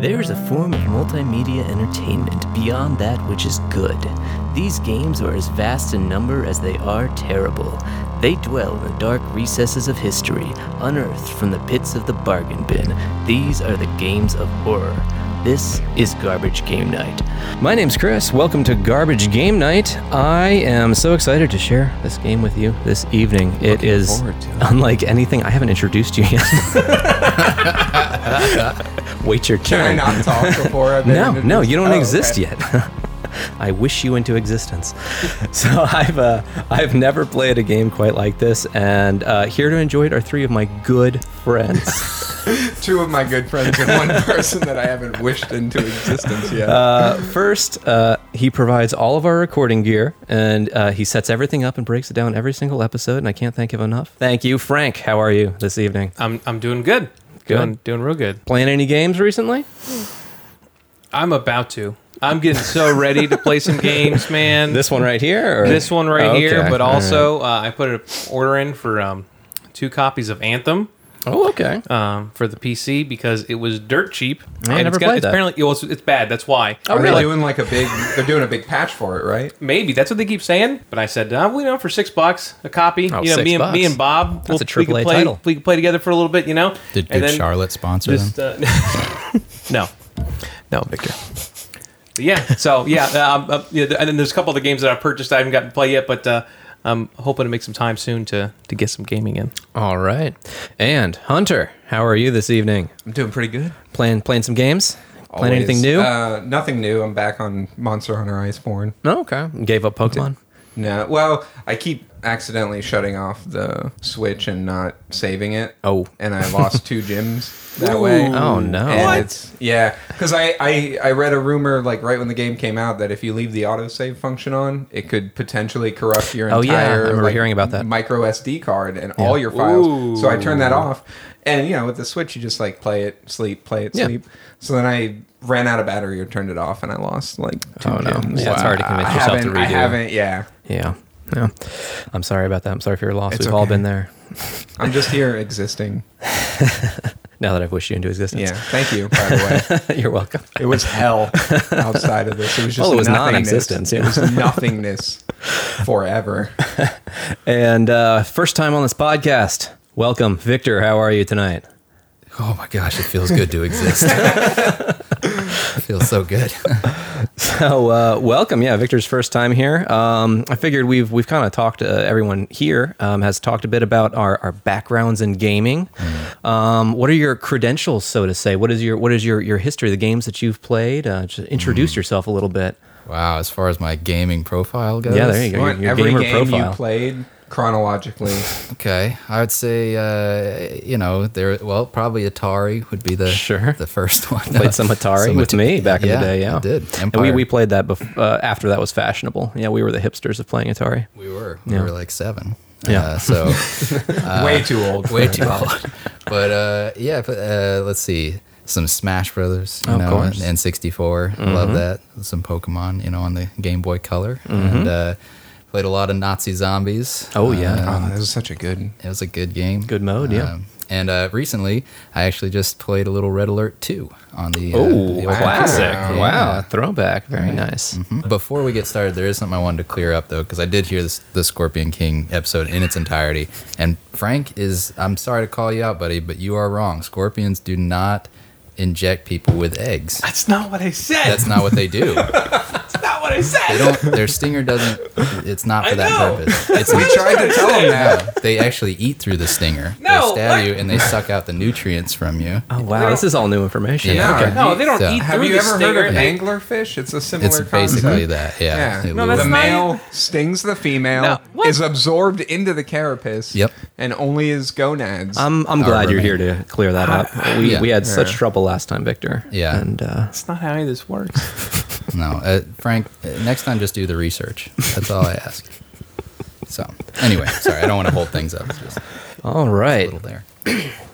There is a form of multimedia entertainment beyond that which is good. These games are as vast in number as they are terrible. They dwell in the dark recesses of history, unearthed from the pits of the bargain bin. These are the games of horror. This is Garbage Game Night. My name's Chris. Welcome to Garbage Game Night. I am so excited to share this game with you this evening. It Looking is forward to it. unlike anything. I haven't introduced you yet. Wait your turn. Can I not talk before I've been No, no, introduced? you don't Oh, exist okay. yet. I wish you into existence. so I've uh, I've never played a game quite like this, and uh, here to enjoy it are three of my good friends. Two of my good friends and one person that I haven't wished into existence yet. Uh, first, uh, he provides all of our recording gear, and uh, he sets everything up and breaks it down every single episode. And I can't thank him enough. Thank you, Frank. How are you this evening? I'm I'm doing good. Good. Doing, doing real good. Playing any games recently? I'm about to. I'm getting so ready to play some games, man. This one right here. Or? This one right Okay, here, but all right. also uh, I put an order in for um, two copies of Anthem Oh, okay. Uh, um, for the PC because it was dirt cheap. I never it's played it's that. Oh, apparently well, it's, it's bad. That's why. Are really? they doing like a big? They're doing a big patch for it, right? Maybe that's what they keep saying. But I said, uh, we know for six bucks a copy. Oh, you know, six me and me bucks. and Bob, That's a triple we A could play, title. We could play together for a little bit. You know, Did And Good then Charlotte sponsor Just them? uh, no, no, Victor. Yeah. So yeah, um, uh, yeah, and then there's a couple other games that I've purchased I haven't gotten to play yet, but uh, I'm hoping to make some time soon to to get some gaming in. All right. And Hunter, how are you this evening? I'm doing pretty good. Playing playing some games? Playing Always. anything new? Uh, nothing new. I'm back on Monster Hunter Iceborne. no, Oh, okay. Gave up Pokemon. No, well, I keep accidentally shutting off the Switch and not saving it. Oh. and I lost two gyms that way. Oh, no. And What? It's, yeah, because I, I I read a rumor like right when the game came out that if you leave the autosave function on, it could potentially corrupt your Oh, yeah, I entire remember like, hearing about that. micro SD card and all your files. So I turned that off, and you know with the Switch you just like play it, sleep, play it, Yeah. sleep. So then I ran out of battery or turned it off, and I lost like two Oh, no. gyms. Yeah, it's hard to convince I yourself to haven't- I redo. haven't. Yeah. Yeah. No. I'm sorry about that. I'm sorry for your loss. It's We've all okay. been there. I'm just here existing. Now that I've wished you into existence. Yeah. Thank you, by the way. You're welcome. It was hell outside of this. It was just Well, it was nothingness. non-existence, yeah. It was nothingness forever. And uh, first time on this podcast. Welcome, Victor. How are you tonight? oh my gosh, it feels good to exist. It feels so good. So uh, welcome, yeah, Victor's first time here. Um, I figured we've we've kind of talked. Uh, everyone here um, has talked a bit about our, our backgrounds in gaming. Mm. Um, what are your credentials, so to say? What is your what is your your history? The games that you've played. Uh, just introduce Mm. yourself a little bit. Wow, as far as my gaming profile goes. Yeah, there you go. Your, Want your Every gamer game profile. you played chronologically. Okay, I would say uh, you know there. Well, probably Atari would be the Sure. the first one. Played some Atari Some with Ata- me back in the day. Yeah, I did. And we, Empire. we played that bef- uh, after that was fashionable. Yeah, we were the hipsters of playing Atari. We were we Yeah. were like seven. Yeah. Uh, so way too old. way too old. But uh, yeah, but, uh, let's see. Some Smash Brothers, you Of know, course. Mm-hmm. and N64. I Love that. Some Pokemon, you know, on the Game Boy Color. And uh, played a lot of Nazi Zombies. Mm-hmm. Oh, yeah. Uh, Oh, this is such a good. it was a good game. Good mode, yeah. Um, and uh, recently, I actually just played a little Red Alert 2 on the. uh, Oh, the old classic! computer. Yeah. Mm-hmm. Wow, throwback. Very nice. Mhm. Before we get started, there is something I wanted to clear up though, because I did hear this, the Scorpion King episode in its entirety, and Frank is. I'm sorry to call you out, buddy, but you are wrong. Scorpions do not inject people with eggs. That's not what I said. That's not what they do. That's not what I said. They don't. Their stinger doesn't. It's not for I that know. purpose. It's We tried to tell him that. no, they actually eat through the stinger. No, they stab what? you and they suck out the nutrients from you. Oh wow, this is all new information. Yeah. Okay. No, they don't So- eat Have through you the ever stinger. heard of They- anglerfish? It's a similar It's basically concept. that. Yeah. Yeah. It No, will- that's the not male even- stings the female, No, what? is absorbed into the carapace, Yep. and only his gonads. I'm I'm Our glad you're here remain. to clear that up. We Yeah. we had such trouble last time, Victor. Yeah. and uh, That's not how this works. No, uh, Frank. uh, Next time, just do the research. That's all I ask. So, anyway, sorry, I don't want to hold things up. It's just a all right, little there.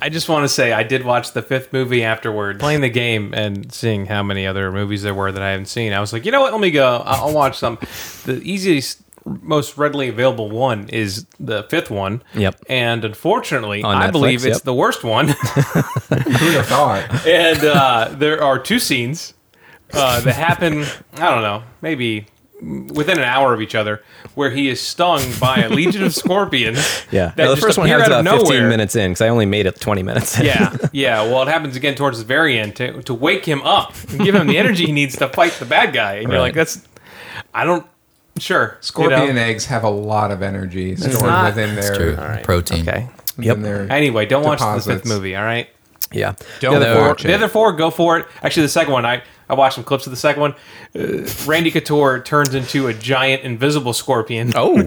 I just want to say I did watch the fifth movie afterward, playing the game and seeing how many other movies there were that I haven't seen. I was like, you know what? Let me go. I'll, I'll watch some. The easiest most readily available one is the fifth one. Yep. And unfortunately, On I Netflix, believe it's yep. the worst one. Who'd have thought? and uh, there are two scenes uh, that happen. I don't know, maybe within an hour of each other, where he is stung by a legion of scorpions. Yeah. that No, the just first one appear happens out of about 15 nowhere. minutes in because I only made it 20 minutes. in. Yeah, yeah. Well, it happens again towards the very end to, to wake him up and give him the energy he needs to fight the bad guy. And you're Right. like, that's I don't sure Scorpion You know? eggs have a lot of energy stored not- within Er, their. True. Protein. Okay. Within Yep. their Anyway, don't watch the fifth Deposits. movie. All right. Yeah. Don't The other four- watch The other four, go for it. Actually, the second one, I, I watched some clips of the second one. Uh, Randy Couture turns into a giant invisible scorpion, Oh,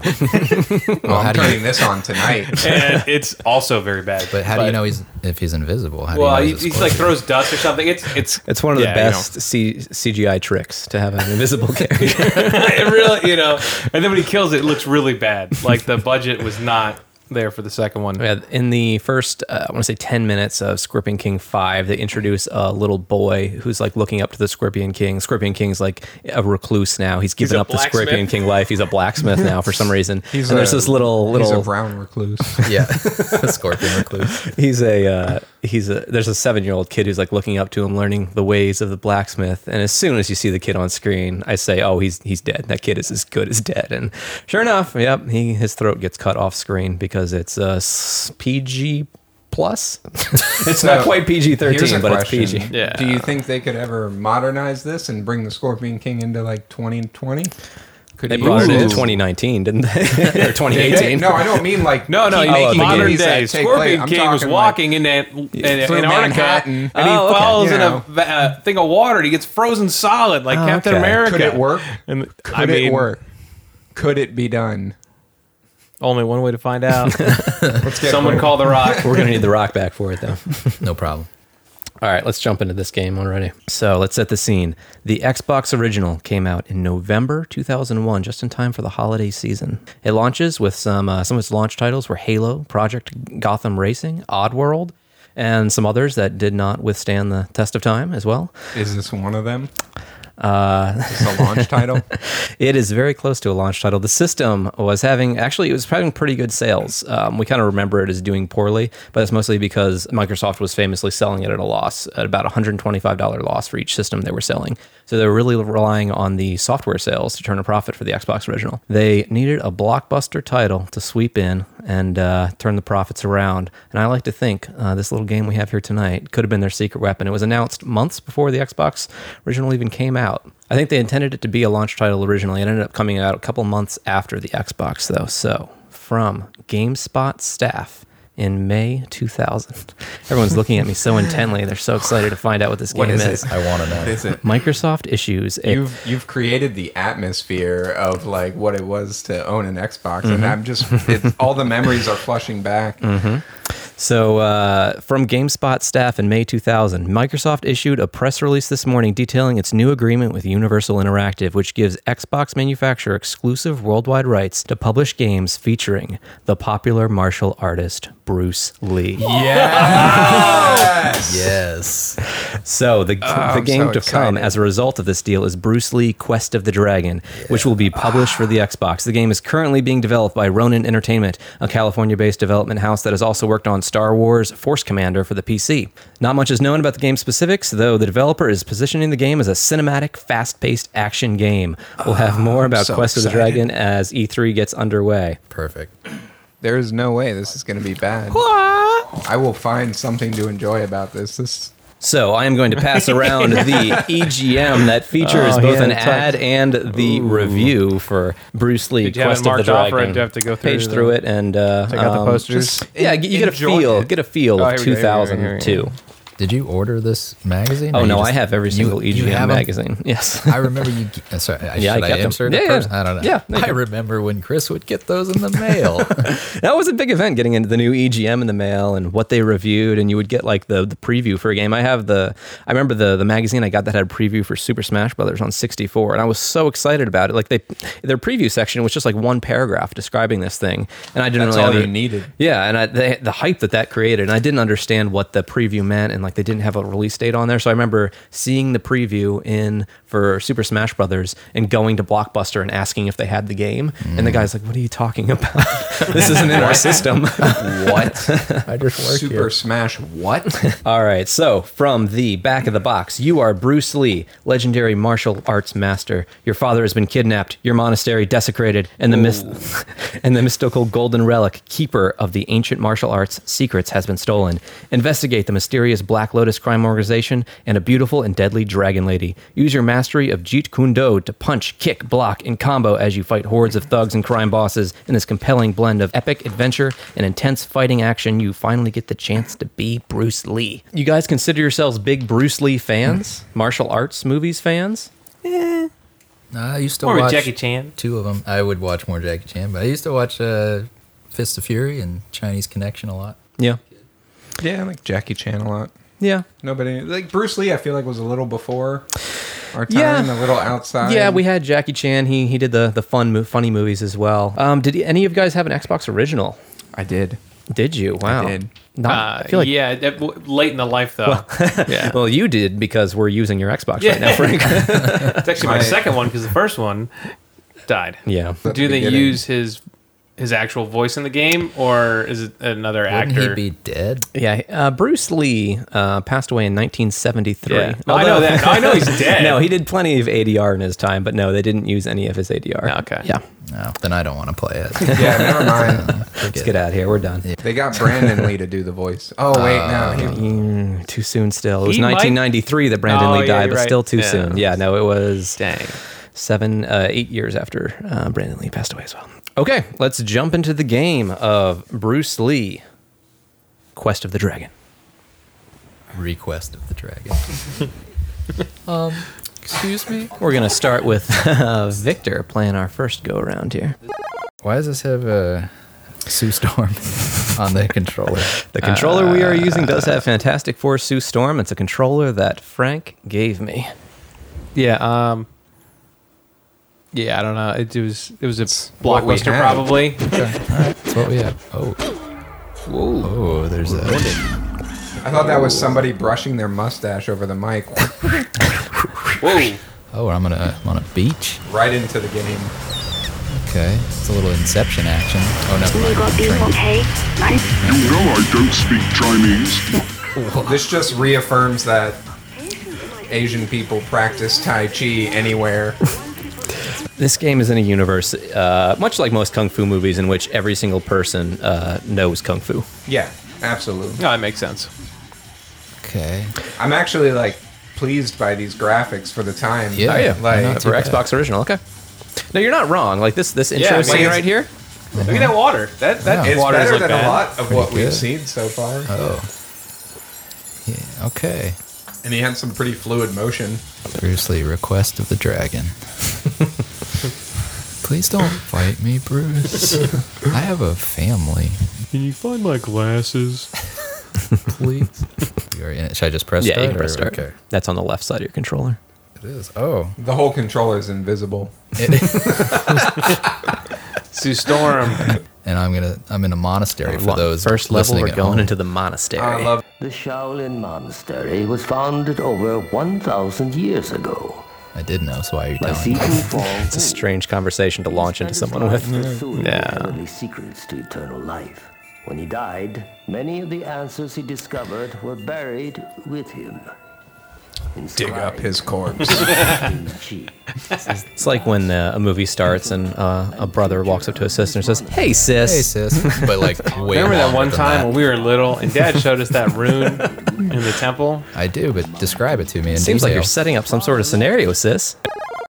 Well, how I'm do you- turning this on tonight. and it's also very bad. But how do you know he's if he's invisible? How Well, do he, you know he's like throws dust or something. It's it's it's one of the yeah, you know. best C- CGI tricks to have an invisible character. it really, you know. And then when he kills it, it looks really bad. Like the budget was not there for the second one. Yeah, in the first, uh, I want to say 10 minutes of Scorpion King 5, they introduce a little boy who's like looking up to the Scorpion King. Scorpion King's like a recluse now. He's given a up the blacksmith. Scorpion King life. He's a blacksmith now for some reason. He's and there's a- this little, He's little. a brown recluse. yeah, a scorpion recluse. he's a uh, he's a there's a seven year old kid who's like looking up to him, learning the ways of the blacksmith. And as soon as you see the kid on screen, I say, "Oh, he's he's dead. That kid is as good as dead." And sure enough, yep, he his throat gets cut off screen because it's uh, s- PG plus. it's So, not quite PG Here's a thirteen, but it's question. PG. Yeah. Do you think they could ever modernize this and bring the Scorpion King into like 2020? Could They you brought it in use- 2019, didn't they? or Did they? 2018? No, I don't mean like No, no, keep you make making modern movies that days. take Scorpion place. I'm King was talking, like, walking in, Ant- in Through Antarctica, Manhattan. and he Oh, okay. falls You in know. a va- uh, thing of water. and He gets frozen solid like Oh, Captain okay. America. Could it work? And, could Could it work? Could it be done? Only one way to find out. Let's get Someone real. call the Rock. We're gonna need the rock back for it though. No problem. All right, let's jump into this game already. So let's set the scene. The Xbox original came out in November 2001, just in time for the holiday season. It launches with some uh, some of its launch titles were Halo, Project Gotham Racing, Oddworld, and some others that did not withstand the test of time as well. Is this one of them? Uh, is this a launch title? It is very close to a launch title. The system was having actually it was having pretty good sales. Um, we kind of remember it as doing poorly, but it's mostly because Microsoft was famously selling it at a loss, at about $125 loss for each system they were selling. So they were really relying on the software sales to turn a profit for the Xbox original. They needed a blockbuster title to sweep in and uh, turn the profits around. And I like to think uh, this little game we have here tonight could have been their secret weapon. It was announced months before the Xbox original even came out. I think they intended it to be a launch title originally. It ended up coming out a couple months after the Xbox, though. So, from GameSpot staff in May 2000, everyone's looking at me so intently. They're so excited to find out what this What game is is. it? I want to know. Is it? Microsoft issues a You've you've created the atmosphere of like what it was to own an Xbox, and I'm just it's, all the memories are flushing back. So, uh, from GameSpot staff in May 2000, Microsoft issued a press release this morning detailing its new agreement with Universal Interactive, which gives Xbox manufacturer exclusive worldwide rights to publish games featuring the popular martial artist Bruce Lee. Yes. Yes. So, the, the game Ah, so to come excited. as a result of this deal is Bruce Lee Quest of the Dragon, which will be published for the Xbox. The game is currently being developed by Ronin Entertainment, a California based development house that has also worked on Star Wars Force Commander for the PC. Not much is known about the game's specifics, though the developer is positioning the game as a cinematic, fast paced action game. We'll have more about Ah, so Quest of the excited. Dragon as E3 gets underway. Perfect. There is no way this is going to be bad. I will find something to enjoy about this. This So I am going to pass around the EGM that features Oh, both yeah, an it's ad and the review for Bruce Lee you have Quest it of the marked off, or Dragon. did you have to go through page the- through it and uh, Check out the posters? just- yeah, you get a Enjoy feel, it. get a feel Oh, of here we go, here we go, here we 2002. go. Did you order this magazine? Oh or you no, I just- have every you- single you EGM have 'em? magazine. Yes. I remember you. g- uh, Sorry, I, Yeah, I should I, kept 'em. insert Yeah, it yeah. first? I don't know. Yeah, no, I you- remember when Chris would get those in the mail. that was a big event getting into the new EGM in the mail and what they reviewed and you would get like the the preview for a game. I have the I remember the the magazine I got that had a preview for Super Smash Brothers on 64 and I was so excited about it. Like they their preview section was just like one paragraph describing this thing and I didn't That's really all you under- needed. yeah, and I, they, the hype that that created, and I didn't understand what the preview meant, and like they didn't have a release date on there. So I remember seeing the preview in for Super Smash Brothers and going to Blockbuster and asking if they had the game, and the guy's like, "What are you talking about? this isn't in our system." What? I just work Super here. Smash what? All right, so from the back of the box, you are Bruce Lee, legendary martial arts master. Your father has been kidnapped, your monastery desecrated, and the myth- and the mystical golden relic, keeper of the ancient martial arts secrets, has been stolen. Investigate the mysterious Black Lotus crime organization and a beautiful and deadly dragon lady. Use your mastery of Jeet Kune Do to punch, kick, block, and combo as you fight hordes of thugs and crime bosses in this compelling blend of epic adventure and intense fighting action. You finally get the chance to be Bruce Lee. You guys consider yourselves big Bruce Lee fans, Hmm. martial arts movies fans? Nah, I used to Or with watch Jackie Chan. Two of them. I would watch more Jackie Chan, but I used to watch uh, Fist of Fury and Chinese Connection a lot. Yeah, yeah, I like Jackie Chan a lot. yeah, Nobody like Bruce Lee. I feel like was a little before our Yeah. time, a little outside. yeah. We had Jackie Chan. He he did the the fun mo- funny movies as well. Um, did any of you guys have an Xbox original? I did. Did you? Wow. did. Not, Uh, I feel like yeah, that- w- late in the life though. yeah, well, you did because we're using your Xbox Yeah. right now, Frank. it's actually my My- second one because the first one died. yeah. At Do the they beginning. use his his actual voice in the game, or is it another Wouldn't actor? he be dead? Yeah, uh, Bruce Lee uh, passed away in 1973. yeah, No, I know Although- that. I know he's dead. no, he did plenty of ADR in his time, but no, they didn't use any of his ADR. Ah, Okay. Yeah, No, then I don't want to play it. Yeah, never mind. let's get out of here. We're done. They got Brandon Lee to do the voice. Oh wait, no, he, Mm, too soon still. It was He might- 1993 that Brandon Oh, Lee yeah, died, you're but right. still too Yeah. soon. Yeah, no, it was Dang. seven, uh, eight years after uh, Brandon Lee passed away as well. Okay, let's jump into the game of Bruce Lee, Quest of the Dragon. Request of the Dragon. um, excuse me. We're going to start with uh, Victor playing our first go around here. Why does this have a Sue Storm on the controller? The controller we are using does have Fantastic Four Sue Storm. It's a controller that Frank gave me. Yeah. Um. Yeah, I don't know. It, was it was a what we blockbuster had. probably. That's what we have. Oh. Whoa. Oh, there's a. I thought that was somebody brushing their mustache over the mic Whoa. Oh, I'm on a I'm on a beach. right into the game. Okay, it's a little Inception action. Oh, never You mind. got this, okay? Nice. You know I don't speak Chinese. This just reaffirms that Asian people practice Tai Chi anywhere. This game is in a universe, uh, much like most kung fu movies, in which every single person uh, knows kung fu. Yeah, absolutely. No, that makes sense. Okay. I'm actually like pleased by these graphics for the time. Yeah. Oh, Are you? like Why not? Oh, For Xbox original, okay. No, you're not wrong. Like this, this intro I mean, scene it's- right here. Look at that water. That that Yeah. it's water better doesn't than look bad. a lot of what Pretty we've good. seen so far. Oh. Yeah. Okay. And he had some pretty fluid motion. Bruce Lee, request of the dragon. Please don't fight me, Bruce. I have a family. Can you find my glasses? Please. We are in it. eh, Should I just press Yeah, you start can press or- start. Okay. That's on the left side of your controller. It is. Oh. The whole controller is invisible. Sue Storm. and I'm gonna I'm in a monastery for Lo- those first level, listening we're at going home. into the monastery. I love The Shaolin Monastery was founded over 1,000 years ago I did know, so why are you by telling me? Seton Fall. It's a strange conversation to launch into someone with. Yeah. Yeah. secrets to eternal life. When he died, many of the answers he discovered were buried with him. dig up his corpse. Inscribed in Qi. It's like when uh, a movie starts and uh, a brother walks up to his sister and says, "Hey, sis." Hey sis. But like way Remember that longer one than time that. when we were little and Dad showed us that rune in the temple? I do, but describe it to me in Seems like detail. you're setting up some sort of scenario, sis.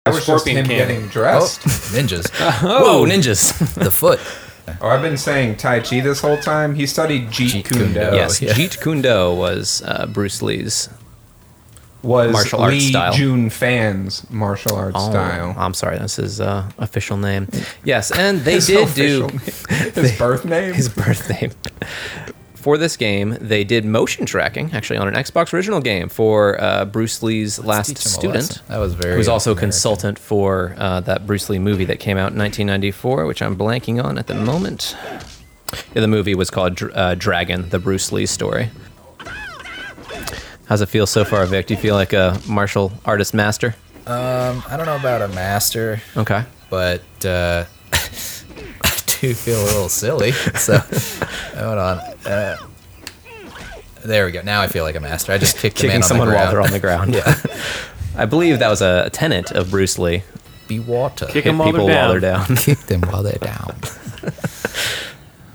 That was just Scorpion him King. getting Oh, dressed. ninjas. Whoa, ninjas! the foot. Oh, I've been saying Tai Chi this whole time. He studied Jeet Kune Jeet Kune Do. Oh, Do. yes, yeah. Jeet Kune Do was uh, Bruce Lee's Was Martial arts Lee style. Jun Fan's martial arts Oh, style. I'm sorry, that's his uh, official name. Yes, and they His did official do name. his birth name. his birth name. For this game, they did motion tracking actually on an Xbox original game for uh, Bruce Lee's last Teach him a student. lesson. That was very. Who's also a American. consultant for uh, that Bruce Lee movie that came out in 1994, which I'm blanking on at the moment. Yeah, the movie was called Dr- uh, Dragon, the Bruce Lee story. How's it feel so far, Vic? Do you feel like a martial artist master? Um, I don't know about a master, Okay. but uh, I do feel a little silly. So hold on. Uh, there we go. Now I feel like a master. I just kicked the man Kicking on someone the ground. while they're on the ground. Yeah. I believe that was a, a tenet of Bruce Lee. Be water. Kick Hit 'em while they're people while they're down. down. Kick them while they're down.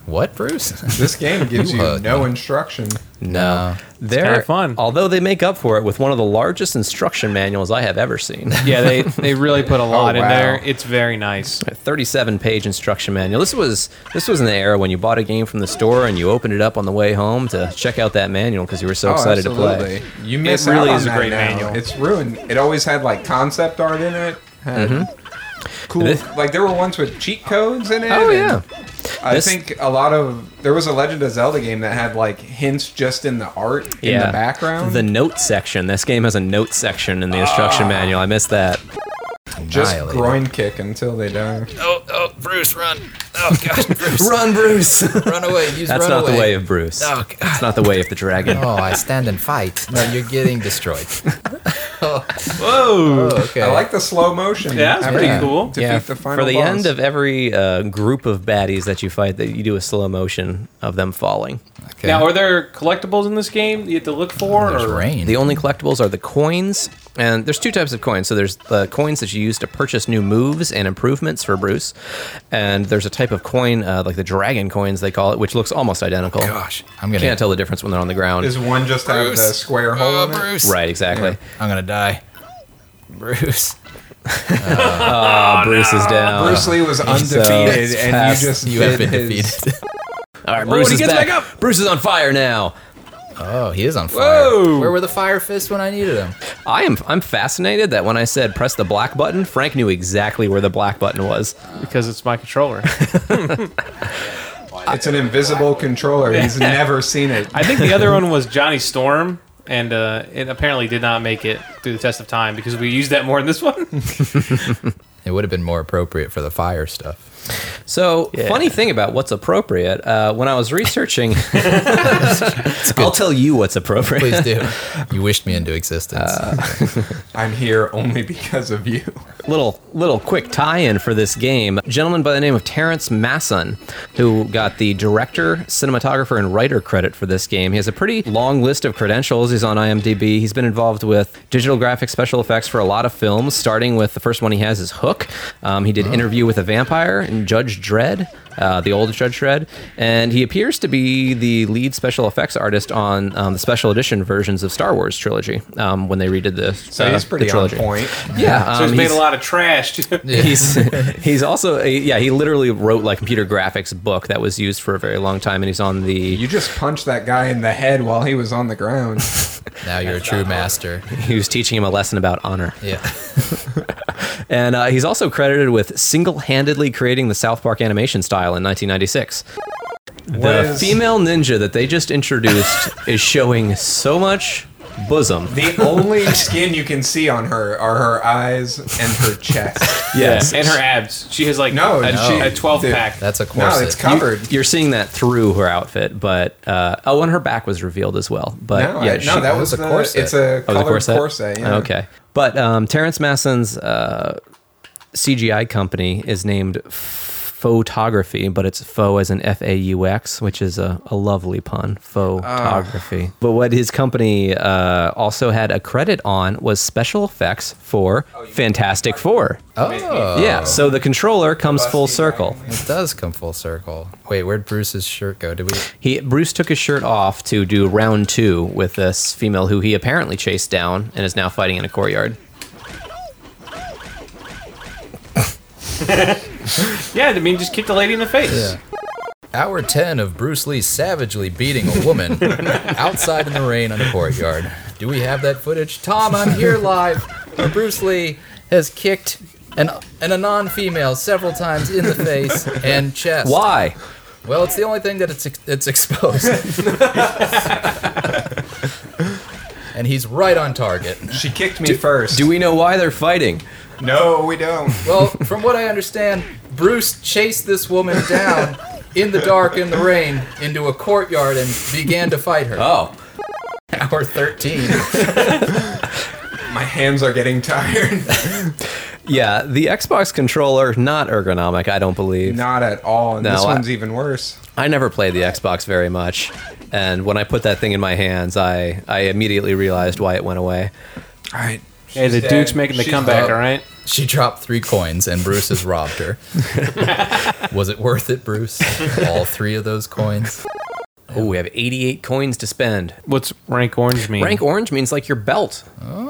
what, Bruce? This game gives you You, uh, no instruction. No. They're kinda fun. Although they make up for it with one of the largest instruction manuals I have ever seen. Yeah, they they really put a lot in wow. there. It's very nice. A 37 page instruction manual. This was this was in the era when you bought a game from the store and you opened it up on the way home to check out that manual because you were so Oh, excited to play. You miss really out on is a that great now. manual. It's ruined. It always had like concept art in it. had Cool. Mm-hmm. This- like there were ones with cheat codes in it. Oh and yeah. I This- think a lot of there was a Legend of Zelda game that had like hints just in the art in the background. The note section. This game has a note section in the instruction manual. I missed that. just Annihilated. groin kick until they die. Oh, oh, Bruce, run. Oh, gosh, Bruce. Run, Bruce. Run away. Use That's run not away. the way of Bruce. Oh, God. It's not the way of the dragon. Oh, I stand and fight. No, you're getting destroyed. Whoa. Oh, okay. I like the slow motion. Yeah, that's pretty after you cool. Defeat the final For the boss. end of every uh, group of baddies that you fight, that you do a slow motion of them falling. okay. Now, are there collectibles in this game you have to look for? There's or? rain. The only collectibles are the coins, and there's two types of coins. So there's the coins that you use to purchase new moves and improvements for Bruce, and there's a type of coin, uh, like the dragon coins they call it, which looks almost identical. Gosh, I'm gonna can't tell the difference when they're on the ground. is one just have the Bruce. square hole Oh, uh, in it. Bruce. right, exactly. I'm gonna die. Bruce. Bruce is down. Bruce Lee was undefeated, It's and past- you just you did have been his- defeated. All right, Bruce he is gets back. back up. Bruce is on fire now. Oh, he is on fire. Whoa. Where were the fire fists when I needed them? I am. I'm fascinated that when I said press the black button, Frank knew exactly where the black button was. Because it's my controller. It's an invisible controller. He's never seen it. I think the other one was Johnny Storm, and uh, it apparently did not make it through the test of time because we used that more in this one. It would have been more appropriate for the fire stuff. So, funny thing about what's appropriate, uh, when I was researching, I'll tell you what's appropriate. Please do. you wished me into existence. I'm here only because of you. little little quick tie-in for this game. A gentleman by the name of Terrence Masson, who got the director, cinematographer, and writer credit for this game. He has a pretty long list of credentials. He's on IMDb. He's been involved with digital graphics, special effects for a lot of films. Starting with the first one he has is Hook. Um, he did Oh. Interview with a Vampire and Judge Dredd, uh, the old Judge Dredd, and he appears to be the lead special effects artist on um, the special edition versions of Star Wars trilogy um, when they redid the So uh, he's the pretty on trilogy. point. Yeah, so um, it's made a lot of trash. too. he's he's also a, yeah he literally wrote like computer graphics book that was used for a very long time and he's on the You just punched that guy in the head while he was on the ground. now you're a true master. he was teaching him a lesson about honor Yeah. and uh, he's also credited with single-handedly creating the South Park animation style in 1996 What the is- female ninja that they just introduced is showing so much bosom the only skin you can see on her are her eyes and her chest. yes and her abs. She has like No, a, no. a 12 Dude, pack. That's a corset. No, it's covered. you're seeing that through her outfit but uh, oh and her back was revealed as well but no, yeah I- no, she- that was a a corset. corset. It's a Oh, the colored corset. corset? yeah. Okay. But um, Terrence Masson's uh, CGI company is named Photography, but it's faux as an F A U X, which is a, a lovely pun, photography. Ah. but what his company uh, also had a credit on was special effects for Oh, Fantastic Four. oh. Yeah, so the controller comes full circle. It does come full circle. Wait, where'd Bruce's shirt go? Did we? He Bruce took his shirt off to do round two with this female who he apparently chased down and is now fighting in a courtyard. Yeah, I mean, just kick the lady in the face. Yeah. Hour 10 of Bruce Lee savagely beating a woman outside in the rain on a courtyard. Do we have that footage? Tom, I'm here live. where Bruce Lee has kicked an, an anon female several times in the face and chest. Why? Well, it's the only thing that it's, ex- it's exposed. and he's right on target. She kicked me first. Do we know why they're fighting? No, we don't. Well, from what I understand, Bruce chased this woman down in the dark in the rain into a courtyard and began to fight her. Oh, Hour 13. My hands are getting tired. Yeah, the Xbox controller not ergonomic. I don't believe. Not at all. And No, this I- one's even worse. I never played the Xbox very much, and when I put that thing in my hands, I I immediately realized why it went away. All right. Hey, the She's Duke's dead. making the She's comeback. up. All right. She dropped three coins and Bruce has robbed her. Was it worth it, Bruce? All three of those coins? Oh, we have 88 coins to spend. What's rank orange mean? Rank orange means like your belt.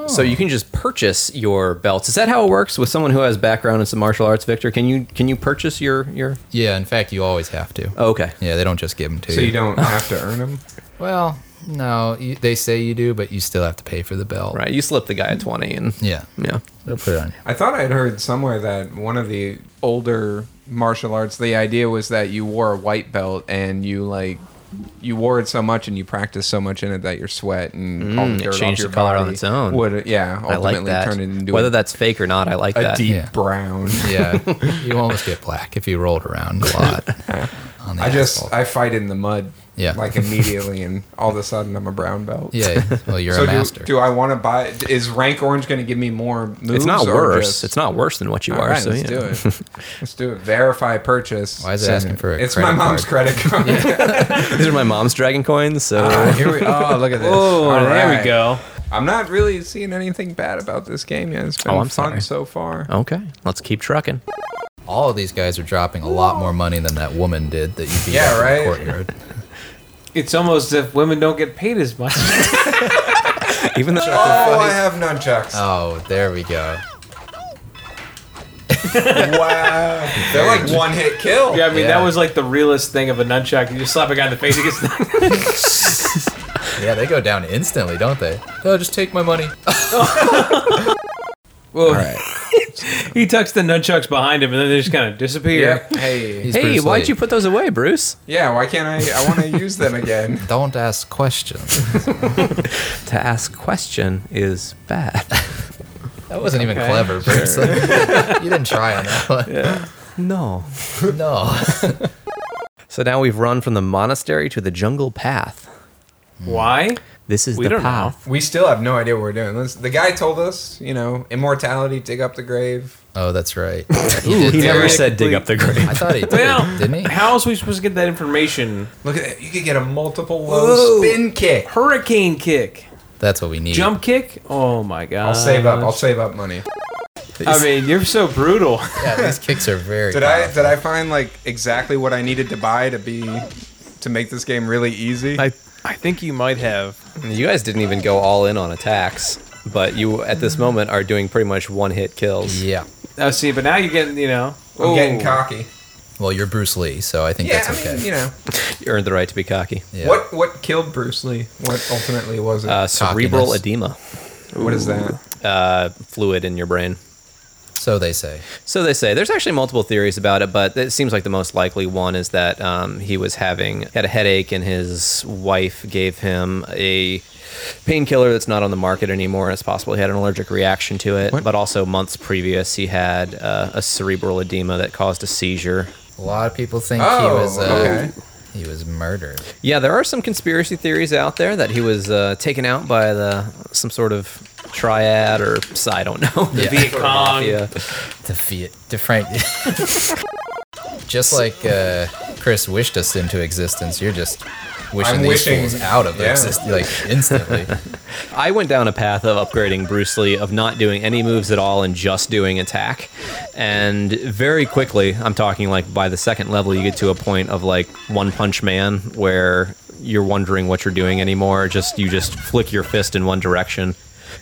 So you can just purchase your belts. Is that how it works with someone who has background in some martial arts, Victor? Can you can you purchase your your Yeah, in fact, you always have to. oh, Okay. Yeah, they don't just give them to So you. you don't have to earn them. Well, no, you, they say you do, but you still have to pay for the belt. Right. You slip the guy a 20 and Yeah. yeah. They'll put it on you. I thought I'd heard somewhere that one of the older martial arts, the idea was that you wore a white belt and you like you wore it so much and you practiced so much in it that your sweat and all the Mm, it dirt changed off your the color on body its own. Would yeah, I ultimately like that. turned it into Whether a, that's fake or not, I like a that. deep Yeah. brown. Yeah, you almost get black if you rolled around a lot. On the I just asphalt. I fight in the mud. Yeah. Like immediately and all of a sudden I'm a brown belt. yeah. Well, you're So a do- master. Do, I want to buy? Is rank orange going to give me more moves? It's not or worse. just- It's not worse than what you All are. right, so let's yeah. do it. Let's do it. Verify purchase. Why is it Send asking for a It's my credit mom's card? credit card. These are my mom's dragon coins. So Uh, here we, oh, look at this. Oh, All there right. we go. I'm not really seeing anything bad about this game yet. It's been Oh, I'm fun sorry. so far. Oh, okay, let's keep trucking. All of these guys are dropping a lot more money than that woman did that you beat Yeah, up in the right? courtyard. It's almost as if women don't get paid as much. Even though Oh, I have nunchucks. Oh, there we go. Wow. They're like one hit kill. yeah, I mean Yeah. that was like the realest thing of a nunchuck. You just slap a guy in the face against. Yeah, they go down instantly, don't they? No, just take my money. Whoa. he tucks the nunchucks behind him, and then they just kind of disappear. Yep. Hey. He's Hey, Bruce why'd Lee. you put those away, Bruce? Yeah, why can't I? I want to use them again. Don't ask questions. To ask question is bad. That wasn't even clever, Bruce. you didn't try on that one. no. No. So now we've run from the monastery to the jungle path. Why? This is We the don't know. path. We still have no idea what we're doing. This, the guy told us, you know, immortality, dig up the grave. Oh, that's right. He did do it. said dig up the grave. I thought he did, Well, didn't he? how else are we supposed to get that information? Look at that. You could get a multiple low Whoa. spin kick. Hurricane kick, That's what we need. jump kick. Oh my god! I'll save up. I'll Uh, save up money. I mean, you're so brutal. Yeah, these kicks are very. Did I powerful. did I find like exactly what I needed to buy to be to make this game really easy? I I think you might have. You guys didn't even go all in on attacks, but you at this moment are doing pretty much one hit kills. Yeah. Oh, see, but now you're getting, you know. I'm getting cocky. Well, you're Bruce Lee, so I think Yeah, that's I okay. mean, you know, You earned the right to be cocky. Yeah. what what killed Bruce Lee? What ultimately was it? Uh, cerebral Cockiness. edema, what is that? uh, fluid in your brain. So they say. So they say. There's actually multiple theories about it, but it seems like the most likely one is that um, he was having had a headache, and his wife gave him a painkiller that's not on the market anymore. and It's possible he had an allergic reaction to it, but also months previous he had uh, a cerebral edema that caused a seizure. A lot of people think Oh, he was. Uh, okay. He was murdered. Yeah, there are some conspiracy theories out there that he was uh, taken out by the some sort of triad or I don't know. Viet Cong. Yeah. The Viet, the Frank. just like uh, Chris wished us into existence, you're just wishing I'm these wishing- fools out of yeah. existence, like instantly. I went down a path of upgrading Bruce Lee, of not doing any moves at all and just doing attack. And very quickly, I'm talking like by the second level, you get to a point of like One Punch Man where you're wondering what you're doing anymore. Just you just flick your fist in one direction,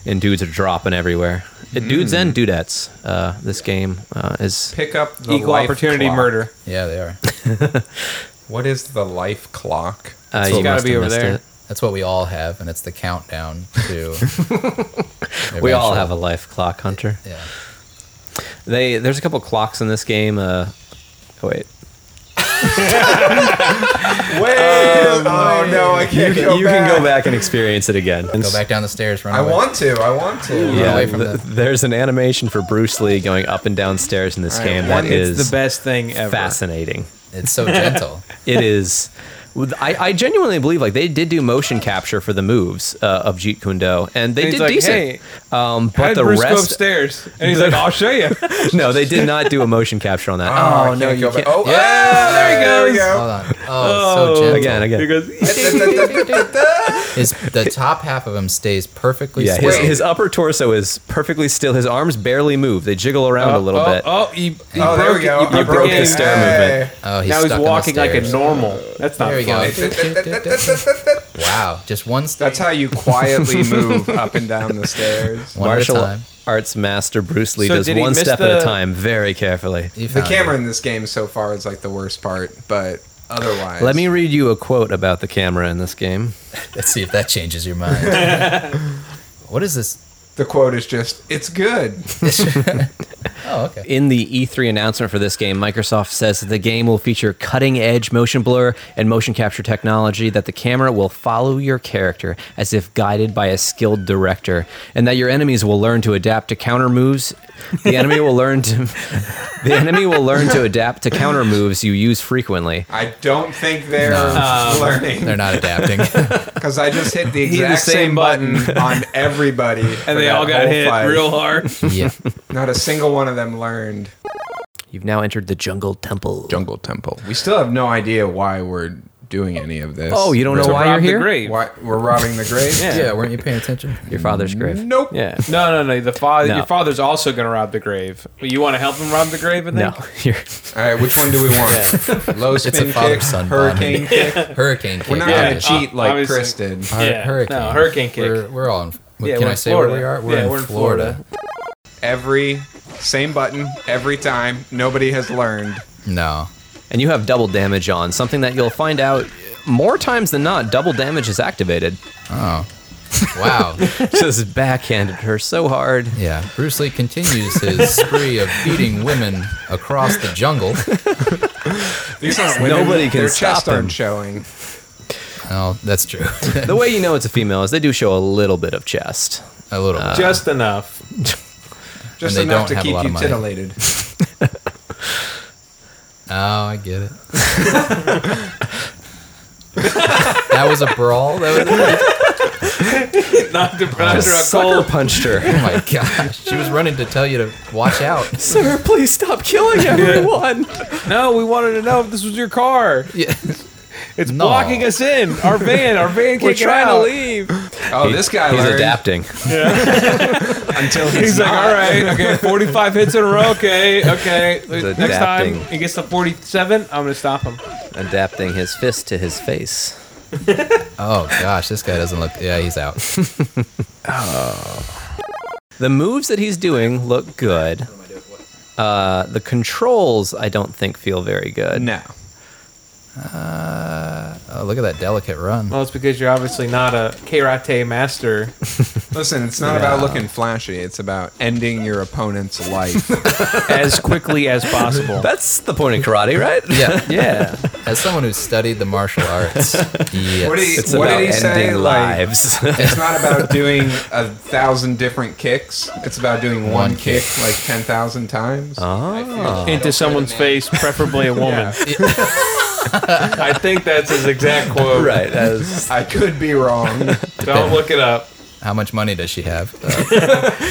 and dudes are dropping everywhere. Uh, Dudes and dudettes. Uh, this game uh, is Hmm. Pick up the Equal life opportunity clock. murder. yeah, they are. What is the life clock? uh, what must gotta be have over missed there. it. That's what we all have, and it's the countdown to. We all have a life clock, Hunter. Yeah. They there's a couple clocks in this game. Uh, oh wait. oh no, I can't. you, go you back. can go back and experience it again. Go back down the stairs. Run I away. want to. I want to. Yeah. away Yeah, from th- that. there's an animation for Bruce Lee going up and down stairs in this All right, game one that It's is the best thing ever. fascinating. It's so gentle. It is With- I, I genuinely believe like they did do motion capture for the moves uh, of Jeet Kune Do, and they And he's did like, decent. "Hey, How um, but did the Bruce go rest, upstairs, and he's like, "I'll show you." no, they did not do a motion capture on that. I Oh, can't no, you go back. can't. Oh, ah, there he goes. Hold on. Oh, so gentle. Again, again. He goes, His, the top half of him stays perfectly Yeah, still. his, his upper torso is perfectly still. His arms barely move. They jiggle around a little oh, bit. Oh, he, You oh there broke we it. go. You- I you broke it. his stair movement. oh, now he's stuck on the walking like a stairs. Uh, normal. That's not There we fun. go. wow, just one step. That's how you quietly move up and down the stairs. One Martial at a time. arts master Bruce Lee So does did he one miss step at the- a time, very carefully. You The found camera it. in this game so far is like the worst part, but otherwise, Let me read you a quote about the camera in this game. Let's see if that changes your mind. what is this? The quote is just, "It's good." Oh, okay. In the E3 announcement for this game, Microsoft says that the game will feature cutting edge motion blur and motion capture technology, that the camera will follow your character as if guided by a skilled director, and that your enemies will learn to adapt to counter moves. The enemy will learn to the enemy will learn to adapt to counter moves you use frequently. I don't think they're Uh, learning They're not adapting. because I just hit the the exact same same button on everybody, And they all got hit real hard. yeah. Not a single one of them learned. You've now entered the jungle temple. Jungle Temple. We still have no idea why we're doing any of this. Oh, you don't know why you're Rob the here? grave. Why we're robbing the grave? Yeah, weren't you paying attention? Your father's grave. Nope. Yeah. No, no, no. The father, No. your father's also going to rob the grave. You want to help him rob the grave? I No, think? Mm. you're, All right, which one do we want? Low spin a kick, father-son hurricane kick. Hurricane. We're not kick, gonna obviously. cheat like obviously. Chris did. Hur- Yeah, Hurricane. no, hurricane kick. We're, we're all in. Yeah, can we're I in say Florida. where we are? We're Yeah, in we're in Florida. Every same button every time. Nobody has learned. No. and you have double damage on something that you'll find out more times than not. Double damage is activated. Oh. Wow. just backhanded her so hard. yeah. Bruce Lee continues his spree of beating women across the jungle. These aren't women. Nobody can Their stop chests him. aren't showing. Oh, that's true. The way you know it's a female is they do show a little bit of chest. a Uh, little. bit. Just enough. Just they enough don't to have a keep lot you of money. titillated. Oh, I get it. that was a brawl. That was Knocked the brother a Sucker cold. punched her. oh my gosh. She was running to tell you to watch out. Sir, please stop killing everyone. No, we wanted to know if this was your car. Yeah. It's No. blocking us in. Our van. Our van can't We're get trying to out. leave. Oh, this guy He's learned adapting. until he's, He's like, not. all right, okay, 45 hits in a row, okay, okay. Next time adapting. he gets to 47, I'm going to stop him. Adapting his fist to his face. Oh gosh, this guy doesn't look. Yeah, he's out. The moves that he's doing look good. Uh, the controls, I don't think, feel very good. "Uh, No. Oh, look at that delicate run. Well, it's because you're obviously not a karate master. Listen, it's not about looking flashy. It's about ending your opponent's life. as quickly as possible. That's the point of karate, right? Yeah, yeah. as someone who studied the martial arts, yes. What do you- It's What about did he ending say, like- lives. it's not about doing a thousand different kicks. It's about doing one, One kick, kick. like 10,000 times. Uh, Into someone's face, preferably a woman. I think that's his exact quote. right. that is- I could be wrong. Don't look it up. How much money does she have? Uh,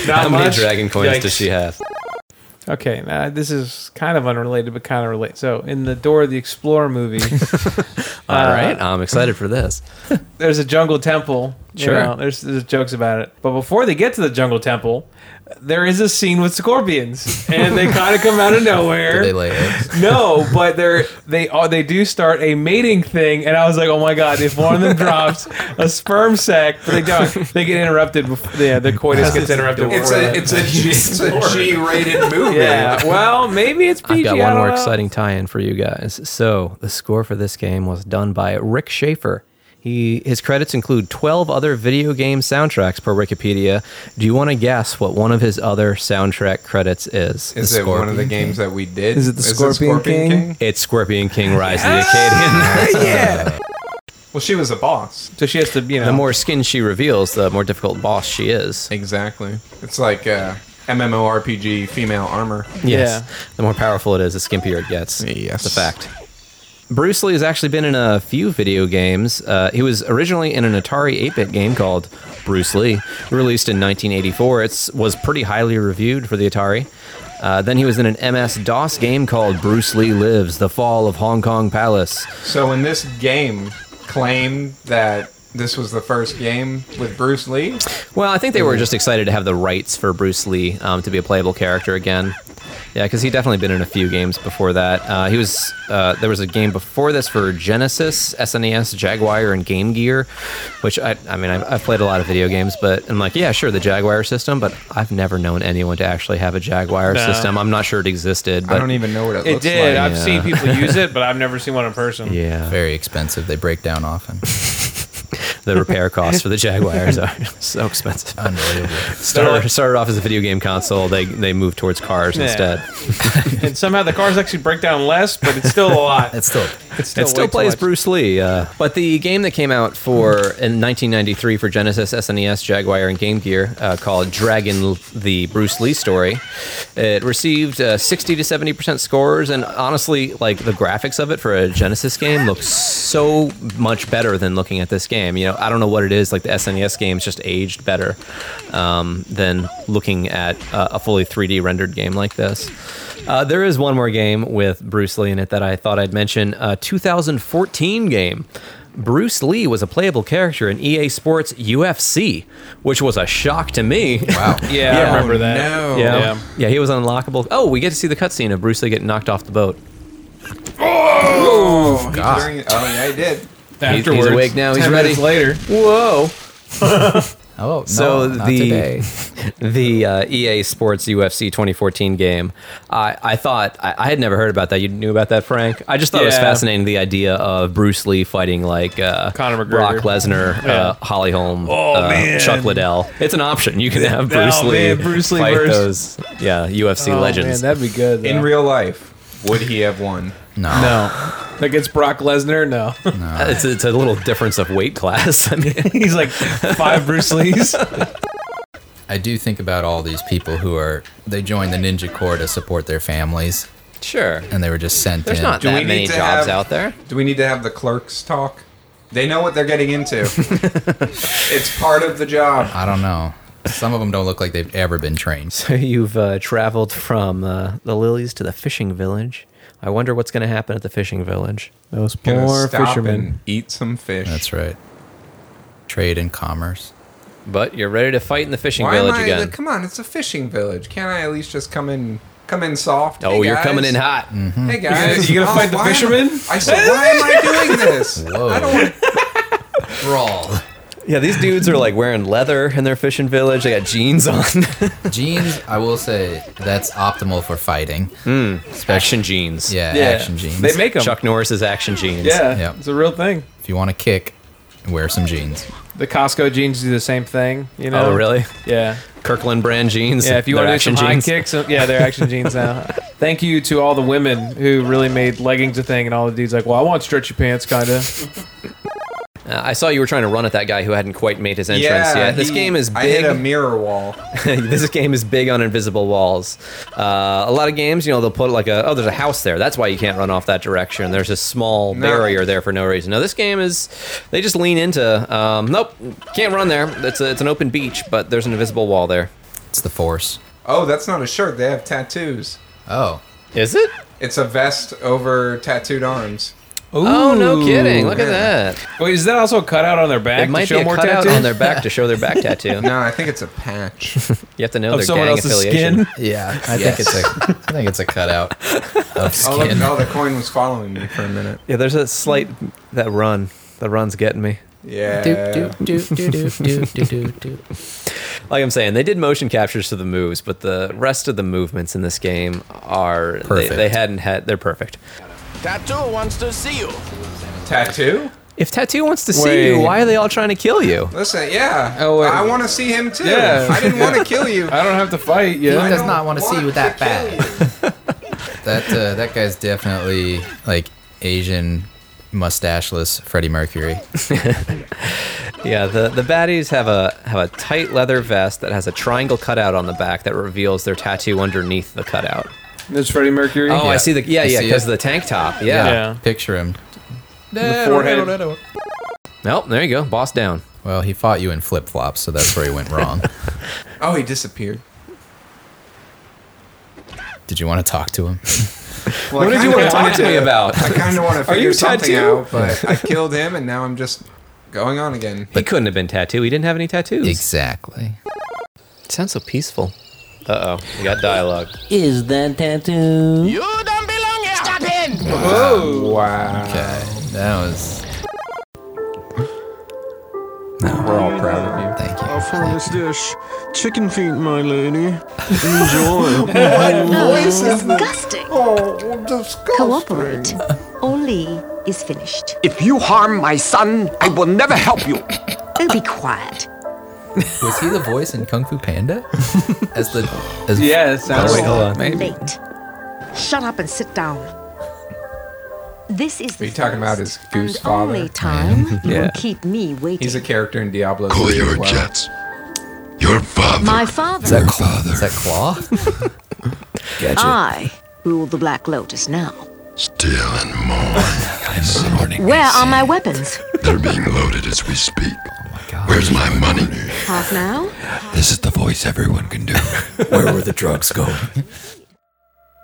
Not how many much. dragon coins Yikes. does she have? Okay, now this is kind of unrelated, but kind of related. So, in the Door of the Explorer movie, All Uh, right. I'm excited for this. there's a jungle temple. you Sure. know, there's, there's jokes about it. But before they get to the jungle temple, there is a scene with scorpions, and they kind of come out of nowhere. they lay eggs. No, but they're they are they do start a mating thing, and I was like, oh my god, if one of them drops a sperm sac, but they don't. They get interrupted. Before, yeah, the coitus gets interrupted. It's Before a that. it's a G, it's a G-rated movie. yeah. Well, maybe it's PG. I've got I one don't more know. exciting tie-in for you guys. So the score for this game was done by Rick Schaefer. He his credits include 12 other video game soundtracks per Wikipedia. Do you want to guess what one of his other soundtrack credits is? Is it one of the Scorpion games that we did? Is it the Scorpion King? It's Scorpion King: Rise of the Acadian. Well, she was a boss. So she has to, you know, the more skin she reveals, the more difficult boss she is. Exactly. It's like uh, MMORPG female armor. Yes. The more powerful it is, the skimpier it gets. Yes. It's a fact. Bruce Lee has actually been in a few video games. Uh, he was originally in an Atari 8-bit game called Bruce Lee, released in 1984. It was pretty highly reviewed for the Atari. Uh, then he was in an MS-DOS game called Bruce Lee Lives: The Fall of Hong Kong Palace. So when this game claimed that this was the first game with Bruce Lee, Well, I think they were just excited to have the rights for Bruce Lee um, to be a playable character again. Yeah, because he definitely been in a few games before that. Uh, he was uh, there was a game before this for Genesis, SNES, Jaguar, and Game Gear, which I, I mean I've, I've played a lot of video games, but I'm like yeah sure the Jaguar system, but I've never known anyone to actually have a Jaguar Nah. system. I'm not sure it existed. But I don't e-, even know what it, It looks did. like. I've seen people use it, but I've never seen one in person. uh, yeah, Very expensive. They break down often. the repair costs for the Jaguars are so expensive. Unbelievable. Started, started off as a video game console. They they moved towards cars Yeah. instead. And somehow the cars actually break down less, but it's still a lot. It's still it still way too plays much. Bruce Lee. Uh, but the game that came out for in 1993 for Genesis, SNES, Jaguar, and Game Gear, uh, called Dragon: L- The Bruce Lee Story, it received uh, 60 to 70 percent scores, and honestly, like the graphics of it for a Genesis game looks so much better than looking at this game. You know, I don't know what it is. Like the SNES games just aged better um, than looking at uh, a fully 3D rendered game like this. Uh, there is one more game with Bruce Lee in it that I thought I'd mention. A 2014 game. Bruce Lee was a playable character in EA Sports UFC, which was a shock to me. Wow. Yeah, I remember that. Oh, No. yeah. Yeah. yeah. he was unlockable. Oh, we get to see the cutscene of Bruce Lee getting knocked off the boat. Oh, he's doing- oh, yeah, I did. He's, Afterwards, he's awake now. He's 10 ready. minutes later. Whoa. Oh, no, So not the today. the uh, EA Sports UFC 2014 game, I, I thought I, I had never heard about that. You knew about that, Frank? I just thought it was Yeah. fascinating the idea of Bruce Lee fighting like uh, Conor McGregor. Brock Lesnar, uh, Holly Holm, uh, Chuck Liddell. It's an option. You can have Bruce Oh, Lee man, Bruce Lee fight versus- Oh, those yeah UFC legends. that'd be good. In real life, would he have won? no, no. Against Brock Lesnar, no. Uh, it's, it's a little difference of weight class. I mean, He's like five Bruce Lees. I do think about all these people who are they joined the Ninja Corps to support their families, sure. and they were just sent There's in. not we that need many to jobs have- out there. Do we need to have the clerks talk? They know what they're getting into. it's part of the job. I don't know. Some of them don't look like they've ever been trained. You've uh, traveled from uh, the lilies to the fishing village. I wonder what's going to happen at the fishing village. Those Gonna poor stop fishermen. and eat some fish. That's right. Trade and commerce. But you're ready to fight in the fishing Why am village I? again. Come on, it's a fishing village. Can't I at least just come in? Come in soft. oh, Hey, you're guys. coming in hot. Mm. Hey guys, Oh, You gonna fight the why am I- fishermen? I said, why am I doing this? I don't want Brawl. Yeah, these dudes are like wearing leather in their fishing village. They got jeans on. Jeans, I will say that's optimal for fighting. action jeans. Yeah, Yeah. action jeans. They make them. Chuck Norris's action jeans. yeah, Yep. it's a real thing. if you want to kick, wear some jeans. The Costco jeans do the same thing. You know? Oh, really? Yeah. Kirkland brand jeans. Yeah, if you They're want to do action some high jeans. kicks, uh, yeah, they're action jeans now. Thank you to all the women who really made leggings a thing, and all the dudes like, well, I want stretchy pants, kind of. Uh, I saw you were trying to run at that guy who hadn't quite made his to. entrance yet. This he- game is I hit big. a mirror wall. this game is big on invisible walls. Uh, a lot of games, you know, they'll put like a oh, there's a house there. That's why you can't run off that direction. There's a small No. barrier there for no reason. No, this game is they just lean into um, nope, can't run there. It's a, it's an open beach, but there's an invisible wall there. It's the force. Oh, that's not a shirt. They have tattoos. Oh, Is it? It's a vest over tattooed arms. Oh no, kidding! Look at that. Wait, is that also a cutout on their back It might to be show a more cutout tattoos? on their back to show their back tattoo. No, I think it's a patch. You have to know of their someone gang else's affiliation. skin? yeah. I think it's a. I think it's a cutout of oh, look, skin. oh, the coin was following me for a minute. Yeah, there's a slight that run. The run's getting me. Yeah. like I'm saying, they did motion captures to the moves, but the rest of the movements in this game are they, Perfect. they hadn't had. They're perfect. Tattoo? If Tattoo wants to see Wait. you, why are they all trying to kill you? Listen, yeah. Oh, wait. I want to see him too. Yeah. I didn't want to kill you. I don't have to fight. Yeah. does don't not wanna see you want that to kill you. That uh, that guy's definitely like Asian mustacheless Freddie Mercury. Yeah, the, the baddies have a have a tight leather vest that has a triangle cutout on the back that reveals their tattoo underneath the cutout. That's Freddie Mercury. Oh, I Yeah. see the yeah I yeah see because it. of the tank top. Yeah. Yeah. Picture him. The forehead. Nope. There you go. Boss down. Well, he fought you in flip flops, so that's where he went wrong. Oh, he disappeared. Did you want to talk to him? Well, What I did you kinda want to talk wanted to me about? I kind of want to figure you something tattoo? out, but I killed him, and now I'm just going on again. he couldn't have been tattooed. He didn't have any tattoos. exactly. sounds so peaceful. Uh oh. We got dialogue. Is that tattoo? Wow. Okay, that was. We're all proud of you. Thank you. How is this? Chicken feet, my lady. Enjoy. Disgusting. Oh, disgusting. Cooperate. Only is finished. If you harm my son, I will never help you. Oh, be quiet. Was he the voice in Kung Fu Panda? as the as Yeah, it sounds Oh, wait, like- hold on. Late. Shut up and sit down. This is Are you the talking about first his goose and father? only time you Yeah. will keep me waiting. He's a character in Diablo Call 3 as your well. jets. Your father. My father, Is that claw? Is that claw? Gadget. I rule the Black Lotus now. Still and mourn. morning. Where are my weapons? They're being loaded as we speak. God. Where's my money? Half now? This is the voice everyone can do. Where were the drugs going?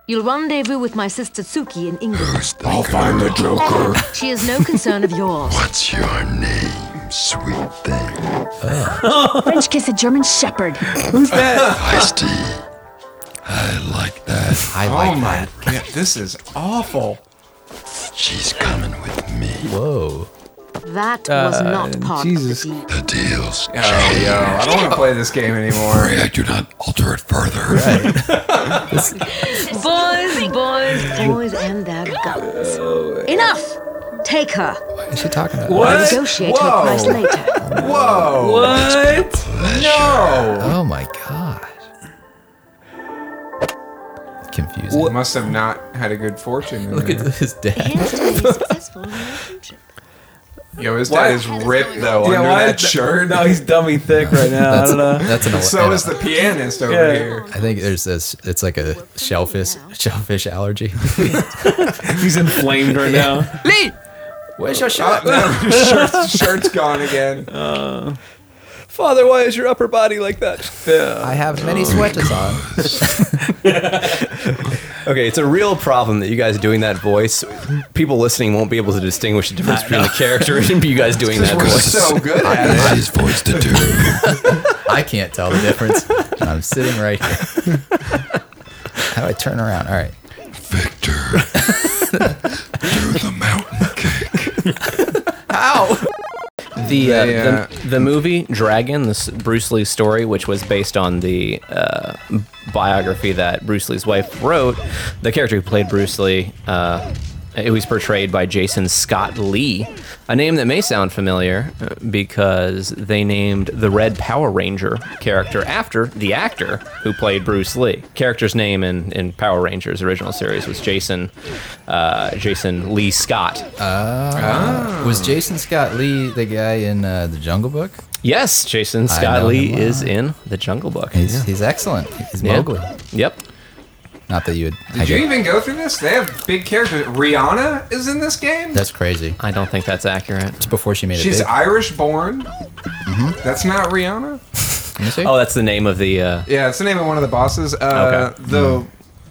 You'll rendezvous with my sister Tsuki in England. Who's I'll find the Joker. She is no concern of yours. What's your name, sweet thing? French kiss a German shepherd. Iced tea. I like that. I Oh like my that. god, this is awful. She's coming with me. Whoa. That was not part Jesus. of the deal. The deal's Oh, yo, I don't want to play this game anymore. I do not alter it further. Boys, boys, boys, and their guns. Enough! Take her. What is she talking about? We'll negotiate her price later. Whoa. What? No. Oh my god. Confusing. He must have not had a good fortune. in Look there. at his dad. Here's to a successful relationship. Yo, his dad is ripped though Yeah, under why that is- shirt. No, he's dummy thick right now. I That's, don't know. that's an. so is the pianist over Yeah. here. I think there's this. It's like a shellfish shellfish allergy. He's inflamed right now. Lee, where's your Oh, no, shirt's, shirt's gone again. Father, why is your upper body like that? I have many sweaters on. Okay, it's a real problem that you guys doing that voice. People listening won't be able to distinguish the difference between the character and you guys doing that We're voice. so good at it. That's his voice to do. I can't tell the difference. I'm sitting right here. How do I turn around? All right. Victor. do the mountain cake. The, uh, They, uh, the the movie Dragon, this Bruce Lee story, which was based on the uh, biography that Bruce Lee's wife wrote, the character who played Bruce Lee, uh, it was portrayed by Jason Scott Lee, a name that may sound familiar uh, because they named the Red Power Ranger character after the actor who played Bruce Lee. Character's name in, in Power Rangers original series was Jason uh, Jason Lee Scott. Was Jason Scott Lee the guy in uh, the Jungle Book? Yes, Jason Scott know Lee him is in The Jungle Book. He's, he's excellent. He's Yeah. Mowgli. Yep. Not that you would. I Did you get- even go through this? They have big characters. Rihanna is in this game. That's crazy. I don't think that's accurate. It's before she made She's it big. Irish born. That's not Rihanna. Let me see. Oh, that's the name of the. Uh, Yeah, it's the name of one of the bosses. Uh, Okay. The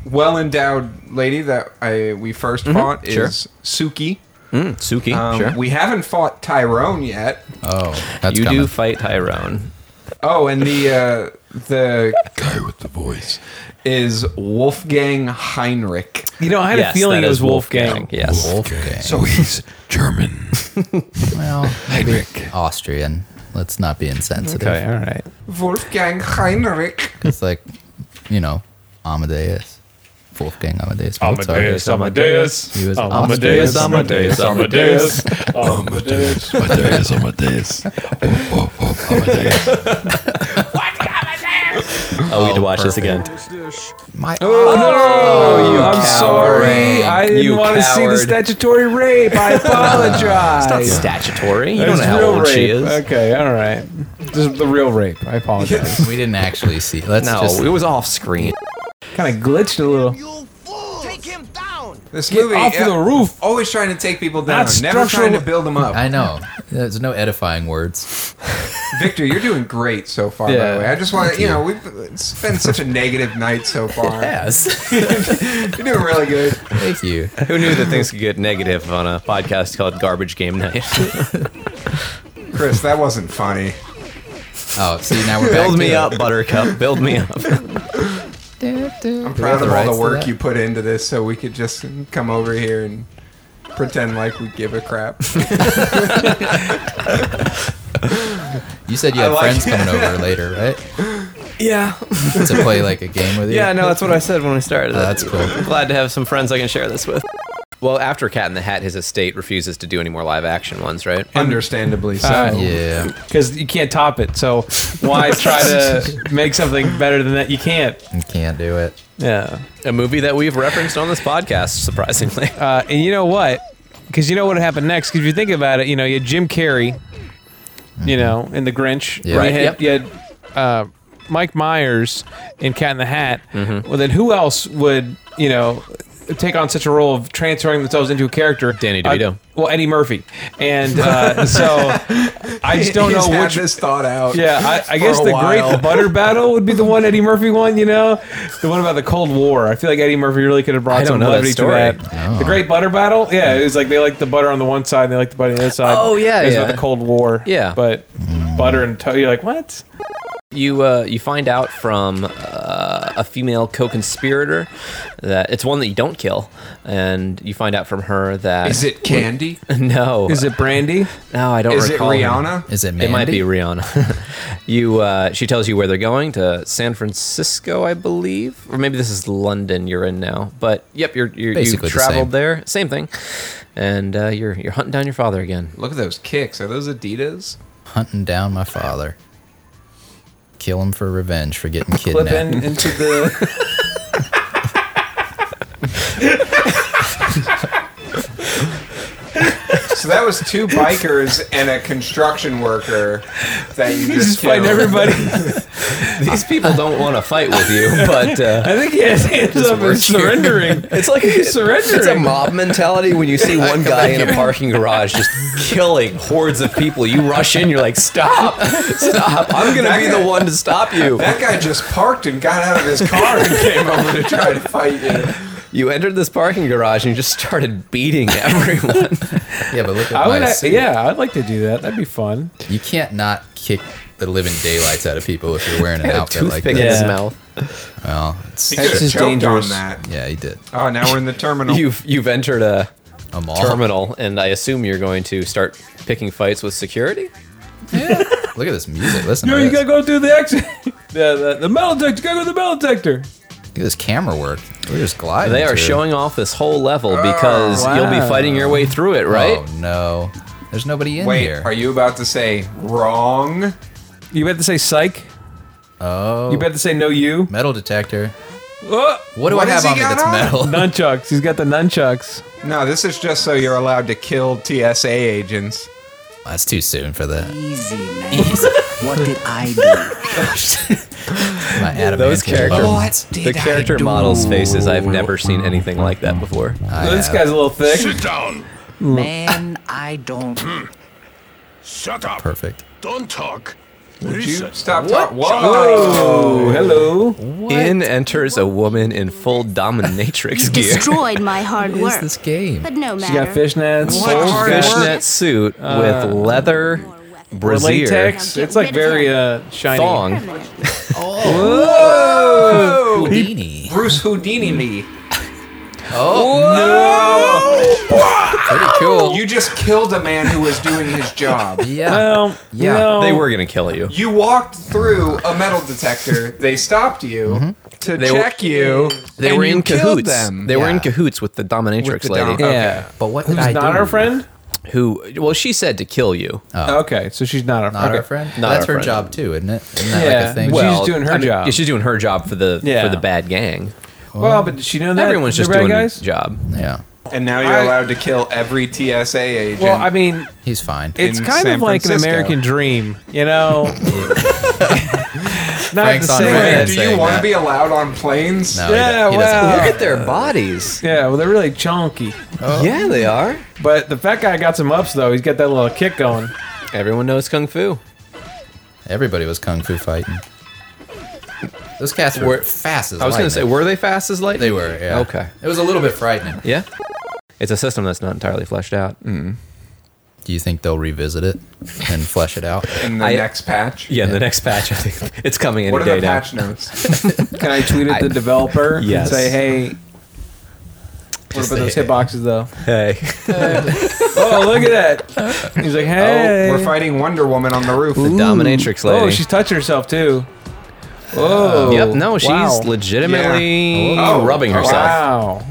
well endowed lady that I we 1st fought sure. is Suki. Suki. Um, sure. We haven't fought Tyrone yet. oh, that's you coming. do fight Tyrone. Oh, and the uh, the Guy with the voice. is Wolfgang Heinrich. You know, I had Yes, a feeling that it is was Wolfgang. Yes. Wolfgang. So he's German. well, maybe Heinrich. Austrian. Let's not be insensitive. Okay, all right. Wolfgang Heinrich. It's like, you know, Amadeus. Wolfgang Amadeus. Mozart. Amadeus. He was Oh, Amadeus, Amadeus, Amadeus. Um, Amadeus. Amadeus. Amadeus. Oh, oh, Amadeus. Oh, we need to watch this again. My Oh, you I'm sorry. I didn't You want to see the coward. statutory rape. I apologize. Statutory. You don't It's know how real old she rape. is. Okay, all right. This is the real rape. I apologize. We didn't actually see. Let's No, just. it was off screen. kind of glitched a little. This Get movie off of the roof. Always trying to take people down. That's never trying to structural- build them up. I know. There's no edifying words. Victor, you're doing great so far. By Yeah. the way, I just want Thank to, you you. know, we've it's been such a negative night so far. Yes. you're doing really good. Thank you. Who knew that things could get negative on a podcast called Garbage Game Night? Chris, that wasn't funny. Oh, see now Build me up, Buttercup. Build me up. I'm I'm proud of all the work you put into this, so we could just come over here and pretend like we give a crap. You said you I had like friends it. coming over later, right? Yeah. to play like a game with you. Yeah, no, that's what I said when we started. Oh, that's cool. I'm glad to have some friends I can share this with. Well, after Cat in the Hat, his estate refuses to do any more live action ones, right? Understandably so. Uh, yeah. Because you can't top it. So why try to make something better than that? You can't. You can't do it. Yeah. A movie that we've referenced on this podcast, surprisingly. Uh, and you know what? Because you know what happened next. Because if you think about it, you know you had Jim Carrey, you know, in The Grinch. Mm-hmm. Yeah. Right, You yep. had, you had uh, Mike Myers in Cat in the Hat. Mm-hmm. Well, then who else would you know take on such a role of transferring themselves into a character? Danny DeVito. well, Eddie Murphy. And uh, so I just don't He's know had which. this thought out. Yeah, I, I for guess a the while. great butter battle would be the one Eddie Murphy one. You know, the one about the Cold War. I feel like Eddie Murphy really could I have brought don't some know that levity to story. that. The Great Butter Battle. Yeah, it was like they liked the butter on the one side and they liked the butter on the other side. Oh, yeah, it was yeah. about the Cold War. Yeah. but butter and toast. You're like what? You uh, you find out from uh, a female co-conspirator that it's one that you don't kill, and you find out from her that Is it candy? No, Is it brandy? No, I don't Is it recall. her. Rihanna? Is it It might Mandy? be Rihanna. you, uh, she tells you where they're going to San Francisco, I believe, or maybe this is London you're in now. But yep, you're, you're you Basically the traveled same. there, same thing, and uh, you're you're hunting down your father again. Look at those kicks. Are those Adidas? Hunting down my father. Kill him for revenge for getting Flipping kidnapped. into the. So that was two bikers and a construction worker that you He's just just fighting killed. everybody. These people don't want to fight with you, but uh, I think he has hands up and surrendering. it's like surrendering. It's a mob mentality when you see one guy in a parking garage just killing hordes of people. You rush in, you're like, "Stop! Stop! I'm gonna be the one to stop you." That guy just parked and got out of his car and came over to try to fight you. You entered this parking garage and you just started beating everyone. yeah, but look at I my would. ha- suit. yeah, I'd like to do that. That'd be fun. You can't not kick the living daylights out of people if you're wearing an outfit like Toothpick that. in his Yeah. mouth. Well, it's, He could have just choked dangerous. on that. yeah, he did. Oh, now we're in the terminal. You've you've entered a A mall. Uh-huh. terminal, and I assume you're going to start picking fights with security. Look at this music. Listen No, to you this. gotta go through the exit. the, the, the metal detector. You gotta go to the metal detector. Look at this camera work. We're just gliding. They are through. showing off this whole level because wow. you'll be fighting your way through it, right? Oh no, there's nobody in Wait, here. are you about to say wrong? You better say psych. oh, You better say no you. metal detector. Oh, What do What I has have he on me got that's on? metal? nunchucks. He's got the nunchucks. No, this is just so you're allowed to kill TSA agents. That's too soon for that. Easy, man. what did I do? My adamantium Those character, bones. the character models' faces. I've never seen anything like that before. I this have guy's a little thick. Sit down. Man, I don't. Shut up. perfect. Don't talk. Would you Listen. stop talking? Oh, hello. In enters a woman in full dominatrix gear. Destroyed my hard What is work. this game? But no She got matter. fishnets. What Oh, hard fish- work? Fishnet suit with leather or brassiere. latex. It's like very uh shiny. Thong. Houdini. Bruce Houdini me. Pretty cool. You just killed a man who was doing his job. Yeah. Well, Yeah, no. They were gonna kill you. You walked through a metal detector. They stopped you to Mm-hmm. They were- check you. They and were you in killed cahoots. Them. They were in Yeah. cahoots with the dominatrix With the lady, dom- Yeah. But what did Who's I not do? our friend? who well, she said to kill you. Okay, so she's not our Not okay. our friend. Not That's our friend. her job too, isn't it? Isn't that like Yeah, a thing? but she's doing her I mean, job. yeah, she's doing her job for the Yeah. for the bad gang. Well, but did she know that Everyone's they're just bad doing guys. her job. yeah, And now you're I- allowed to kill every TSA agent. Well, I mean, he's fine. it's in kind San of like an Francisco. American dream, you know. not Frank's the on same. record Do you saying wanna that. be allowed on planes? No, he yeah, don't- he doesn't. well, Look at their bodies. Yeah, well, they're really chunky. Oh. Yeah, they are. But the fat guy got some ups though. He's got that little kick going. Everyone knows kung fu. Everybody was kung fu fighting. Those cats were, Were- fast as I was gonna lightning. say, were they fast as lightning? They were, yeah. Okay. It was a little bit frightening. Yeah. It's a system that's not entirely fleshed out. Mm. Do you think they'll revisit it and flesh it out? In the I- next patch? Yeah, in the next patch. I think it's coming in What a are day the now. patch notes? Can I tweet at the developer Yes. and say, "Hey, what Just about those say, hitboxes though?" Hey. oh, look at that. He's like, "Hey, Oh, we're fighting Wonder Woman on the roof. Ooh. dominatrix lady. Oh, she's touching herself too. Oh, Yep, no, she's wow. legitimately Yeah. Oh, rubbing herself. Wow.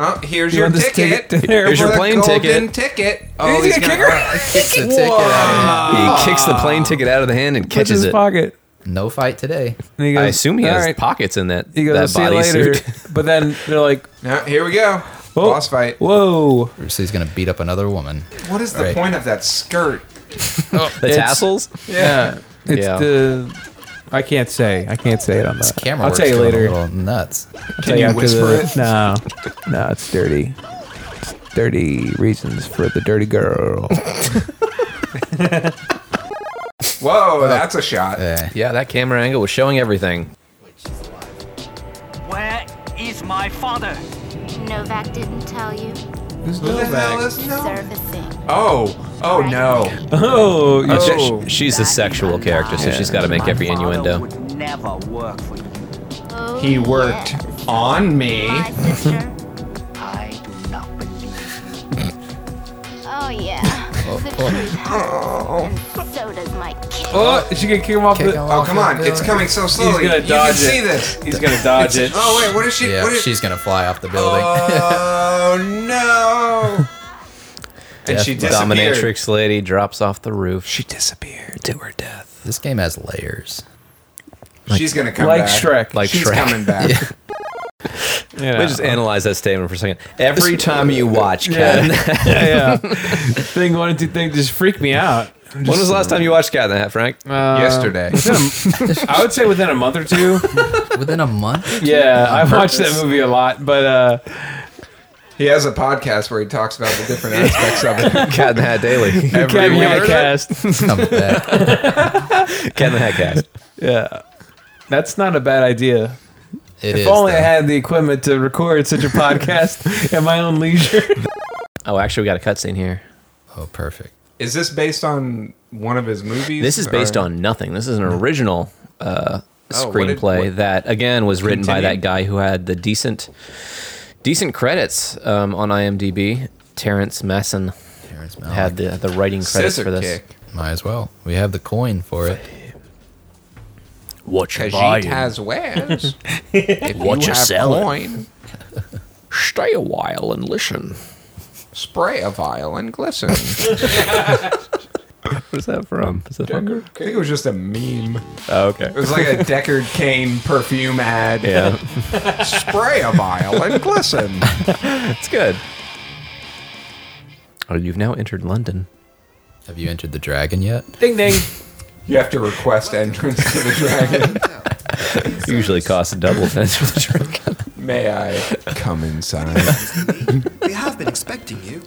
Oh, here's You your want this ticket. ticket? Here's For your the plane golden ticket. ticket. Oh, He's gonna kick her? Kicks the Whoa. ticket out of He him. kicks the plane ticket out of the hand and Puts catches his it. pocket. No fight today. And he I goes, assume he "All has right." pockets in that, He goes, that "See you later." bodysuit. But then they're like, Yeah, here we go. Oh. Whoa. Boss fight. Whoa. So he's going to beat up another woman. What is the Right. point of that skirt? The It's- tassels? Yeah. It's Yeah. the. I can't say. I can't say it on that. Camera I'll work's tell you going later. A little nuts. I'll Can tell you after whisper the- it? No. No, it's dirty. It's dirty reasons for the dirty girl. Whoa, that's a shot. Oh. Eh. Yeah, that camera angle was showing everything. Where is my father? Novak didn't tell you. Who the hell is Deserve a thing. Oh, oh no. Oh, Uh, she- Oh. she's a sexual character, so she's got to make every innuendo. Never work for you. Oh, He worked on me. My sister. I do not believe. Oh yeah. the truth hurts, and so does my kid. Oh, she can kick him off the. Oh, come on. It's coming so He's slowly. gonna You can dodge it. see this. He's gonna dodge it. Oh, wait, what is she? Yeah, What is, she's going to fly off the building. Oh, no. and she Death- disappeared. Dominatrix lady drops off the roof. She disappeared to her death. this game has layers. She's going to come like back. Shrek. Like she's Shrek. coming back. You know. Let's just analyze that statement for a second. Every time you watch, Yeah. Cat. yeah, yeah. thing one and two thing just freaked me out. When was the last time you watched Cat in the Hat, Frank? Uh, Yesterday. I would say within a month or two. Within a month? Yeah, On I've watched purpose? that movie a lot, but uh, He has a podcast where he talks about the different aspects of it. Cat in the Hat Daily. Cat Every in the Hat week. cast. Come back. Cat in the Hat cast. Yeah, that's not a bad idea. It if is, only I though. had the equipment to record such a podcast at my own leisure. Oh, actually, we got a cutscene here. Oh, perfect. Is this based on one of his movies? This is based or- on nothing. This is an original uh, Oh, what did- screenplay what- that, again, was written by that Continued? guy who had the decent, decent credits um, on IMDb. Terrence Masson Terrence Malick. had the the writing credits Scissor for this. Kick. Might as well. We have the coin for it. What Khajiit has wares. if What you have selling? coin, Stay a while and listen. spray a vial and glisten. I Where's that from? Is that from? think it was just a meme. Um, Oh, okay. It was like a Deckard Kane perfume ad. Yeah, Spray a vial and glisten. it's good. Oh, you've now entered London. Have you entered the dragon yet? ding ding. You have to request entrance to the dragon. Usually costs double to enter the dragon. May I come inside? We have been expecting you.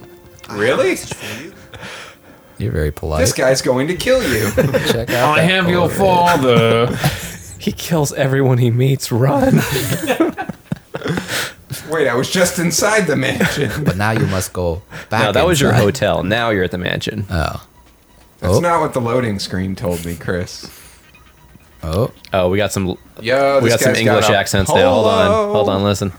I have a Really? message for you. You're very polite. This guy's going to kill you. Check Oh, out that photo. father. He kills everyone he meets. Run. Wait, I was just inside the mansion. But now you must go back. No, that was your inside. hotel. Now you're at the mansion. Oh. That's Oh. not what the loading screen told me, Chris. Oh. Oh, we got some. Yo, we Oh, this got some guy's English got a accents now. Hold on. polo. Hold on. Listen.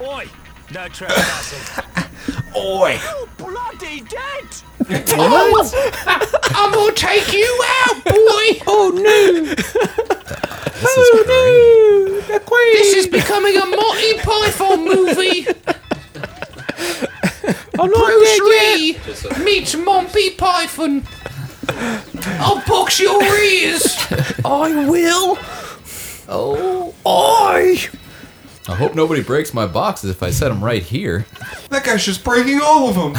Oi! No trespassing. Oi! Bloody dead! I'm gonna take you out, boy! oh no! This Oh, is great. This is becoming a Monty Python movie! Bruce Lee meets Monty Python! I'll box your ears! I will. Oh. I. I hope nobody breaks my boxes if I set them right here. That guy's just breaking all of them!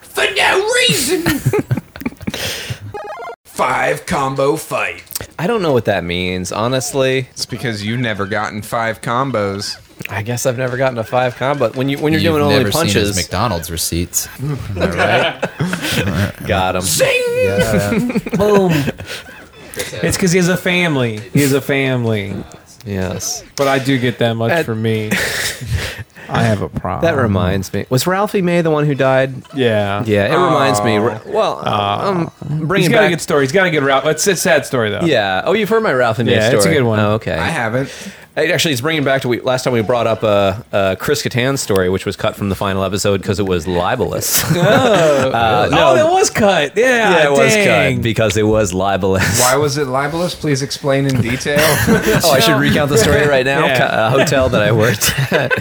For no reason! Five combo fight. I don't know what that means, honestly. It's because you've never gotten five combos. I guess I've never gotten a five combo. When you when you're You've doing only never seen his punches, McDonald's receipts. Got him. Boom. It's because he has a family. He has a family. Yes. But I do get that much That- for me. I have a problem. That reminds me. Was Ralphie May the one who died? Yeah. Yeah, it reminds me. Ra- Aw. Uh, Well, Aw. um, bringing He's got back- a good story. He's got a good route. It's a sad story though. Yeah. Oh, you've heard my Ralphie May Yeah, story. it's a good one. Oh, okay. I haven't. actually, it's bringing back to we, last time we brought up a, a Chris Kattan story, which was cut from the final episode because it was libelous. Uh, no, oh, that was cut. Yeah, yeah, it was dang. cut because it was libelous. Why was it libelous? Please explain in detail. oh, I should recount the story right now. Yeah. A hotel that I worked at.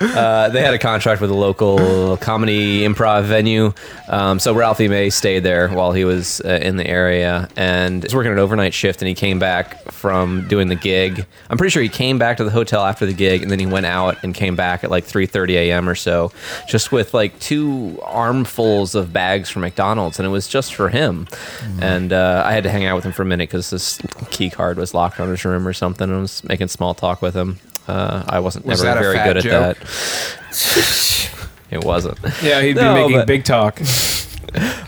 Uh, they had a contract with a local comedy improv venue, um, so Ralphie May stayed there while he was uh, in the area and was working an overnight shift. And he came back from doing the gig. I'm pretty sure he came back to the hotel after the gig, and then he went out and came back at like 3:30 a.m. or so, just with like two armfuls of bags from McDonald's, and it was just for him. Mm. And uh, I had to hang out with him for a minute because this key card was locked on his room or something. And I was making small talk with him. Uh, I wasn't Was never that a very fat good joke? at that. It wasn't. Yeah, he'd be No, making but- big talk.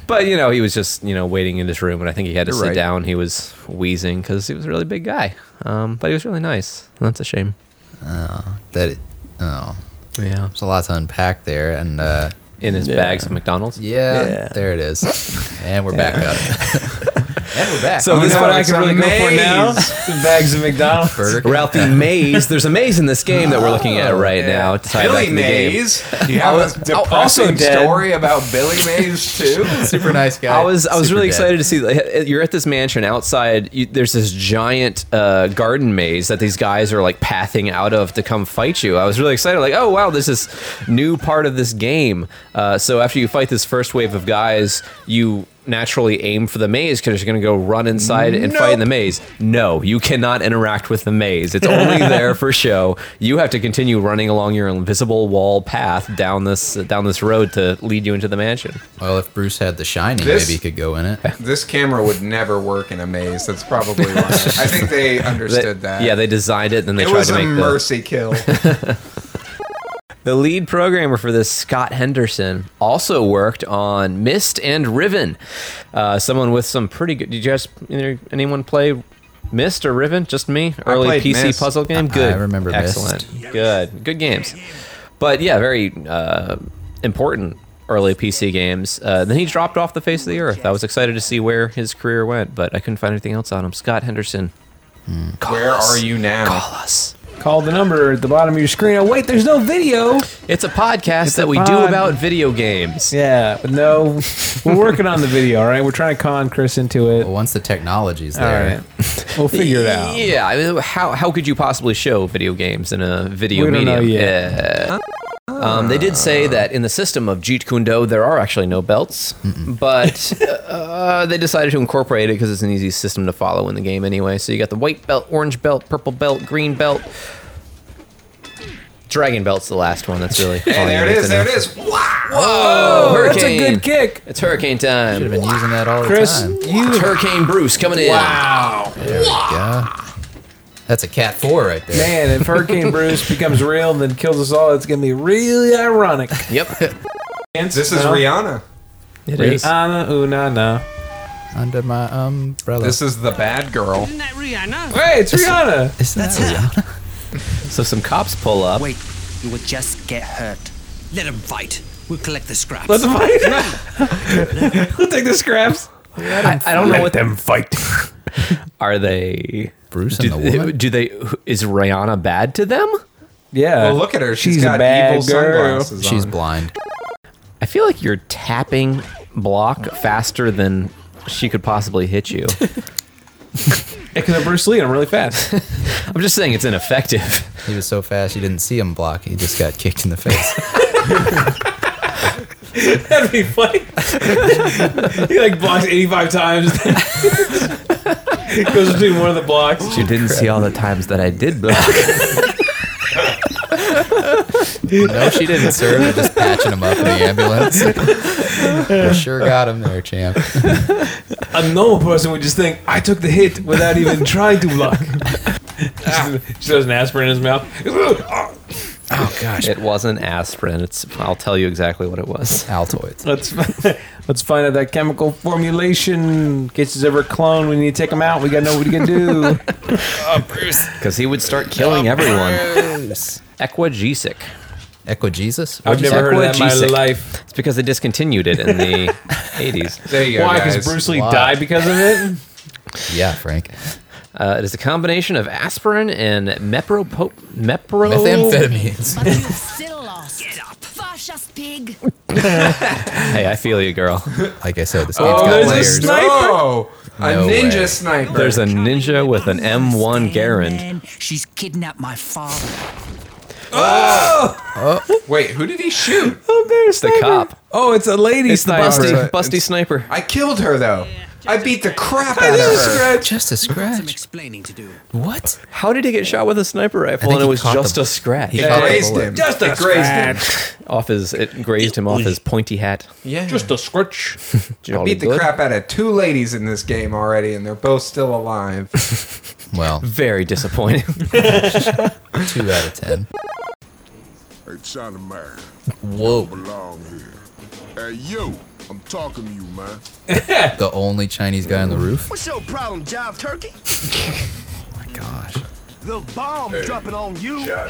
But you know, he was just you know waiting in his room, and I think he had to You're sit right. down. He was wheezing because he was a really big guy. Um, but he was really nice. That's a shame. Oh, that. Oh. Yeah. There's a lot to unpack there, and uh, In his bags of McDonald's. Yeah, Yeah. There it is. And we're back up. and we're back. So Oh, this is no, what I it's can really go for amazing. Now the bags of McDonald's. Ralphie Mays. There's a maze in this game that we're looking at right now. To tie back Billy to the game. Mays. You have a depressing story about Billy Mays too. Super nice guy. I was I was Super really dead. excited to see. like, You're at this mansion outside. You, there's this giant uh, garden maze that these guys are like pathing out of to come fight you. I was really excited. Like, oh wow, this is new part of this game. Uh, so after you fight this first wave of guys, you naturally aim for the maze because you're going to go run inside and fight in the maze. No, you cannot interact with the maze. It's only there for show. You have to continue running along your invisible wall path down this down this road to lead you into the mansion. Well, if Bruce had the shiny, This- maybe he could go in it. This camera would never work in a maze. That's probably why. I think they understood They- that. Yeah, they designed it, and then they it tried was to a make the, mercy kill. the lead programmer for this, Scott Henderson, also worked on Mist and Riven. Uh, someone with some pretty good. Did you guys either- anyone play Mist or Riven? Just me. I Early played PC Myst. puzzle game. I- I Good. remember Myst. Excellent. Good. Good games. But yeah, very uh, important early PC games. Uh, then he dropped off the face of the earth. I was excited to see where his career went, but I couldn't find anything else on him. Scott Henderson. Where are you now? Call us. Call the number at the bottom of your screen. Oh wait, there's no video. It's a podcast It's that a we do pod- about video games. Yeah, but no, we're working on the video. All right, we're trying to con Chris into it. once the technology's there. we'll figure it out. Yeah, I mean, how how could you possibly show video games in a video We don't know medium? yet. Ah. Yeah. Um, they did say that in the system of Jeet Kune Do, there are actually no belts, but uh, they decided to incorporate it because it's an easy system to follow in the game anyway. So you got the white belt, orange belt, purple belt, green belt. Dragon belt's the last one that's really. Hey, all there you it need is. to There know. it is. Wow. Whoa, Oh, that's a hurricane. good kick. It's hurricane time. Should have been using that all the Chris, time. You Hurricane Bruce coming in. Wow. There we go. That's a cat four right there. Man, if Hurricane Bruce becomes real and then kills us all, it's gonna be really ironic. Yep. This is Rihanna. It Rihanna, is. Unana. Under my umbrella. This is the bad girl. Hey, it's Rihanna. That's it. So some cops pull up. Wait, you will just get hurt. Let them fight. We'll collect the scraps. Let them fight. we'll take the scraps. I, I don't know what them fight. Are they Bruce do, and the woman? Do they? Is Rihanna bad to them? Yeah. Well, Oh, look at her. She's She's a got bad evil girl. sunglasses She's on. blind. I feel like you're tapping block faster than she could possibly hit you. Because I'm Bruce Lee, I'm really fast. I'm just saying it's ineffective. He was so fast you didn't see him block. He just got kicked in the face. That'd be funny. he like blocks 85 times. Goes between one of the blocks. You didn't see all the times that I did block. no, she didn't, sir. They're just patching him up in the ambulance. For sure got him there, champ. a normal person would just think, I took the hit without even trying to block. she does an aspirin in his mouth. Oh gosh, it wasn't aspirin. It's I'll tell you exactly what it was. Altoids. Let's fi- let's find out that chemical formulation. In case there's ever a clone, we need to take him out. We got to know what he can do. Oh, Bruce. Because he would start killing everyone. Equagesic. Equagesis? I've never heard of that in my life. It's because they discontinued it in the 80s. There you go, Why? 'Cause guys. Bruce Lee Wow. died because of it? yeah, Frank. Uh, it is a combination of aspirin and mepropo- mepro... Methamphetamines. Still lost. Get up. Fascious pig. hey, I feel you, girl. Like I said, this Oh, game's got there's a layers. sniper? No. A ninja way. sniper. There's a ninja with an M1 Garand. Man, she's kidnapped my father. Oh! Wait, who did he shoot? Oh, there's the cop. Oh, it's a lady It's the sniper. busty, busty sniper. I killed her though. I beat the crap I out of did a her. scratch. Just a scratch. Some explaining to do. What? How did he get shot with a sniper rifle and it was just a scratch? He grazed him. Just a scratch. Off his, it grazed him off his pointy hat. Yeah. Just a scratch. I beat the crap out of two ladies in this game already, and they're both still alive. well, very disappointing. Two out of ten. Hey, China man. Whoa. You don't belong here. Hey, you. I'm talking to you, man. the only Chinese guy on the roof. What's your problem, Jive Turkey? Oh Gosh. The bomb dropping on you. What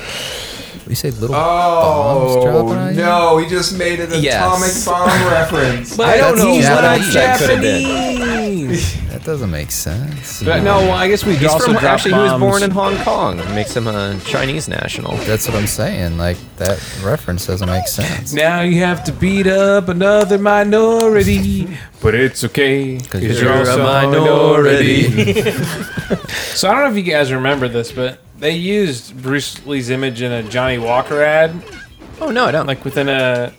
do you say, little Uh, bombs dropping Oh on you? no! He just made an Yes. atomic bomb reference. But I don't That's know. He's not Japanese. That could've been. Japanese. That doesn't make sense. But no, well, I guess we He's also from, dropped actually, he was born bombs. in Hong Kong. It makes him a Chinese national. That's what I'm saying. Like that reference doesn't make sense. Now you have to beat up another minority, but it's okay because you're a minority. so I don't know if you guys remember this, but they used Bruce Lee's image in a Johnny Walker ad. Oh no, I don't. Like within a,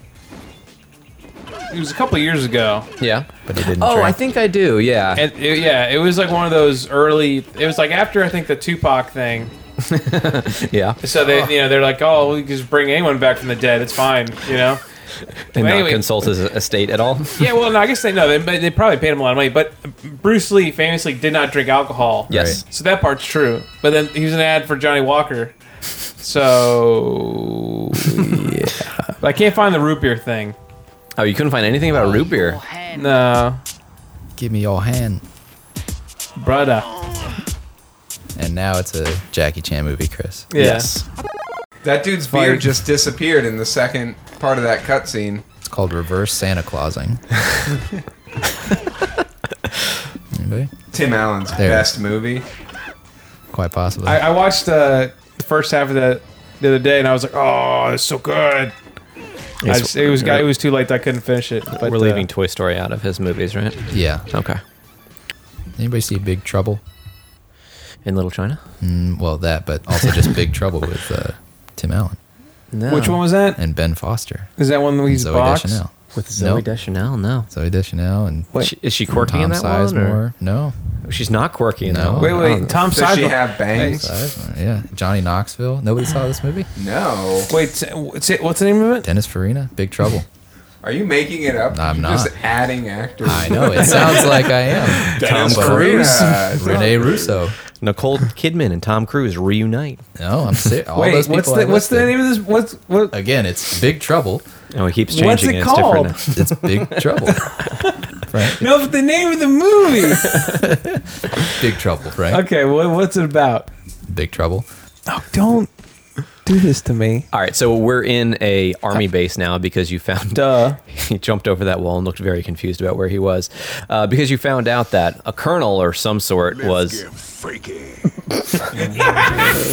it was a couple years ago. Yeah, but it didn't. Oh, I think I do. Yeah. And it, yeah, it was like one of those early. It was like after I think the Tupac thing. yeah. So they, you know, they're like, "Oh, we just bring anyone back from the dead. It's fine," you know. And Anyway- not consult his estate at all. yeah, well, no, I guess they know. They, they probably paid him a lot of money, but Bruce Lee famously did not drink alcohol. Yes. So that part's true. But then he was an ad for Johnny Walker. So. yeah. But I can't find the root beer thing. Oh, you couldn't find anything about root beer? No. Give me your hand, brother. And now it's a Jackie Chan movie, Chris. Yes. That dude's Fine. beard just disappeared in the second part of that cutscene. It's called reverse Santa Clausing. Anybody? Tim Allen's There. best movie. Quite possibly. I, I watched uh, the first half of that the other day, and I was like, "Oh, it's so good." I It's- just- it was it was too late. that I couldn't finish it. But, We're uh, leaving Toy Story out of his movies, right? Yeah. Okay. Anybody see Big Trouble? In Little China? Mm, well, that, but also just Big Trouble with uh, Tim Allen. No. Which one was that? And Ben Foster. Is that one that And he's Zoe boxed? Deschanel. With Zoe Nope. Deschanel, no. Zoe Deschanel and Wait, She- is she quirky Tom in that one, Sizemore. or- No, she's not quirky in that No. one. Wait, wait, Oh. Tom Does she Sizemore- have bangs? Sizemore, Yeah, Johnny Knoxville. Nobody saw this movie. No. Wait, t- what's it- what's the name of it? Dennis Farina, Big Trouble. Are you making it up? I'm You're Just not. adding actors. I know it sounds like I am. Dennis Tom Farina. Cruise. Rene Russo. Nicole Kidman and Tom Cruise reunite. No, I'm serious. All Wait, those people what's I the what's the listed. name of this? What's what? Again, it's Big Trouble. Oh, he keeps What's changing it it. It's different called? It's Big Trouble. No, but the name of the movie. Big Trouble, right? okay, what, what's it about? Big Trouble. Oh, don't do this to me. All right, so we're in a army base now because you found. Duh. He jumped over that wall and looked very confused about where he was, uh, because you found out that a colonel or some sort was. Freaky.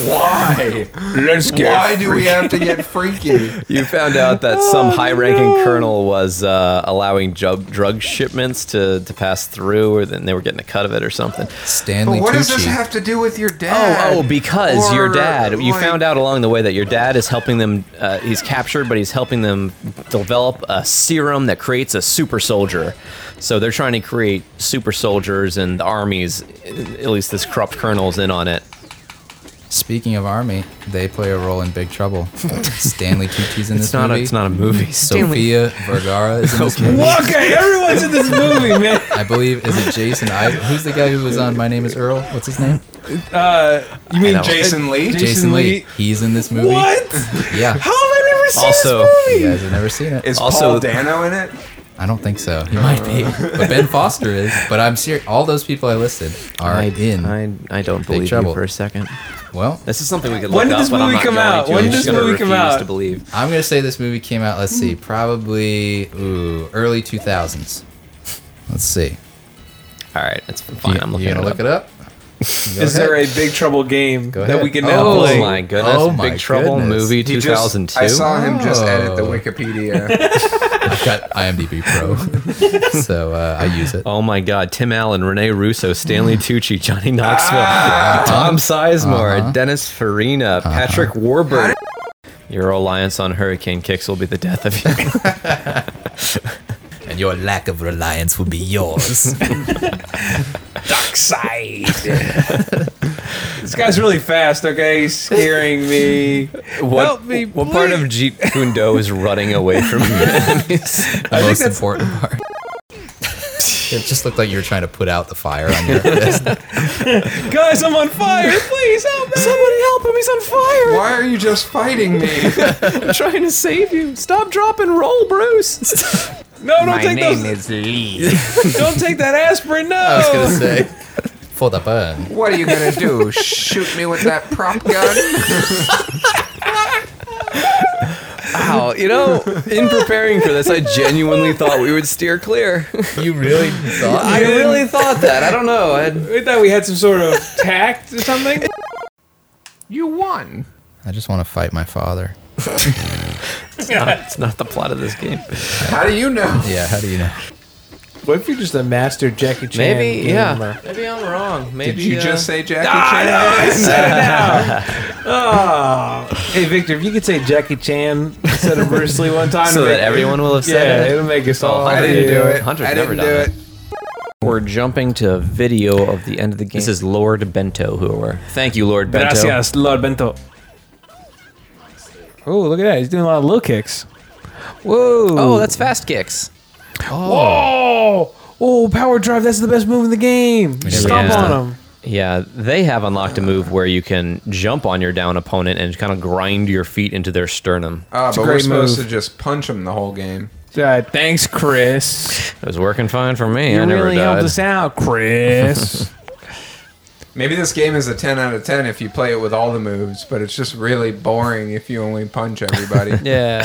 Why? Let's get Why do we have to get freaky? You found out that Oh, some high-ranking colonel was uh, allowing drug, drug shipments to, to pass through, or then they were getting a cut of it or something. Oh, Stanley But what does this have to do with your dad? Oh, oh, because your Or, dad. You like- found out along the way that your dad is helping them. Uh, he's captured, but he's helping them develop a serum that creates a super soldier. So they're trying to create super soldiers, and the armies, at least this corrupt colonel's in on it. Speaking of army, they play a role in Big Trouble. Stanley Tucci's in It's this not a- movie. it's not a movie. Sophia Stanley- Vergara is in this Okay. movie. Okay, everyone's in this movie, man. I believe is it Jason? I who's the guy who was on My Name Is Earl? What's his name? Uh, you I know. Jason Lee. He's in this movie. What? Yeah. How have I never seen this also, movie? you guys have never seen it. Is Paul Dano in it? I don't think so. He might be, but Ben Foster is. But I'm serious. All those people I listed are I- in. I, I don't Big believe Trouble. you for a second. Well, this is something we could look When did up, this but I'm movie not come going out? to. When I'm did just this gonna movie come refuse out? To believe. I'm gonna say this movie came out. Let's see, probably ooh early 2000s. Let's see. All right, that's fine. I'm looking You gonna it look it up? Go Is there a ahead. Big Trouble game Go that ahead. we can now play? my goodness, Big Trouble movie He just- 2002? I saw him just edit the Oh. Wikipedia. I've got IMDb Pro, so uh, I use it. Oh my God! Tim Allen, Rene Russo, Mm. Stanley Tucci, Johnny Knoxville, Ah! Tom Sizemore, Uh-huh. Dennis Farina, Patrick Warburton. Your reliance on hurricane kicks will be the death of you. and your lack of reliance will be yours. Dark side. this guy's really fast. Okay, he's scaring me. What, Help me, what part of Jeep Kundo is running away from your enemies? The most important part. It just looked like you were trying to put out the fire on your fist. Guys, I'm on fire. Please help me. Somebody help him. He's on fire. Why are you just fighting me? I'm trying to save you. Stop, drop, and roll, Bruce. No, don't take those. is Lee. don't take that aspirin. No. I was gonna say for the burn. What are you gonna do? Shoot me with that prop gun? Wow, you know, in preparing for this, I genuinely thought we would steer clear. You really thought? I really thought that. I don't know. I had- We thought we had some sort of tact or something. You won. I just want to fight my father. it's, not, it's not the plot of this game. How do you know? Yeah, how do you know? What if you're just a master Jackie Chan? Maybe, gamer? yeah. Maybe I'm wrong. Maybe Did you uh, just say Jackie Ah, Chan? no, I said it now. Oh. Hey, Victor, if you could say Jackie Chan instead of Bruce Lee one time, So it'd that make- everyone will have said yeah, it? will make us all. I didn't do it. Hunter Hunter's I never didn't done do it. We're jumping to a video of the end of the game. This is Lord Bento, who we're. Thank you, Lord Bento. Gracias, Lord Bento. Oh, look at that. He's doing a lot of low kicks. Whoa. Oh, that's fast kicks. Whoa. Oh, power drive. That's the best move in the game. Stomp on him. Yeah, they have unlocked a move where you can jump on your down opponent and kind of grind your feet into their sternum. Ah, It's a but we're great supposed move. to just punch him the whole game. Uh, thanks, Chris. It was working fine for me. You I never really died. helped us out, Chris. Maybe this game is a 10 out of 10 if you play it with all the moves, but it's just really boring if you only punch everybody. yeah.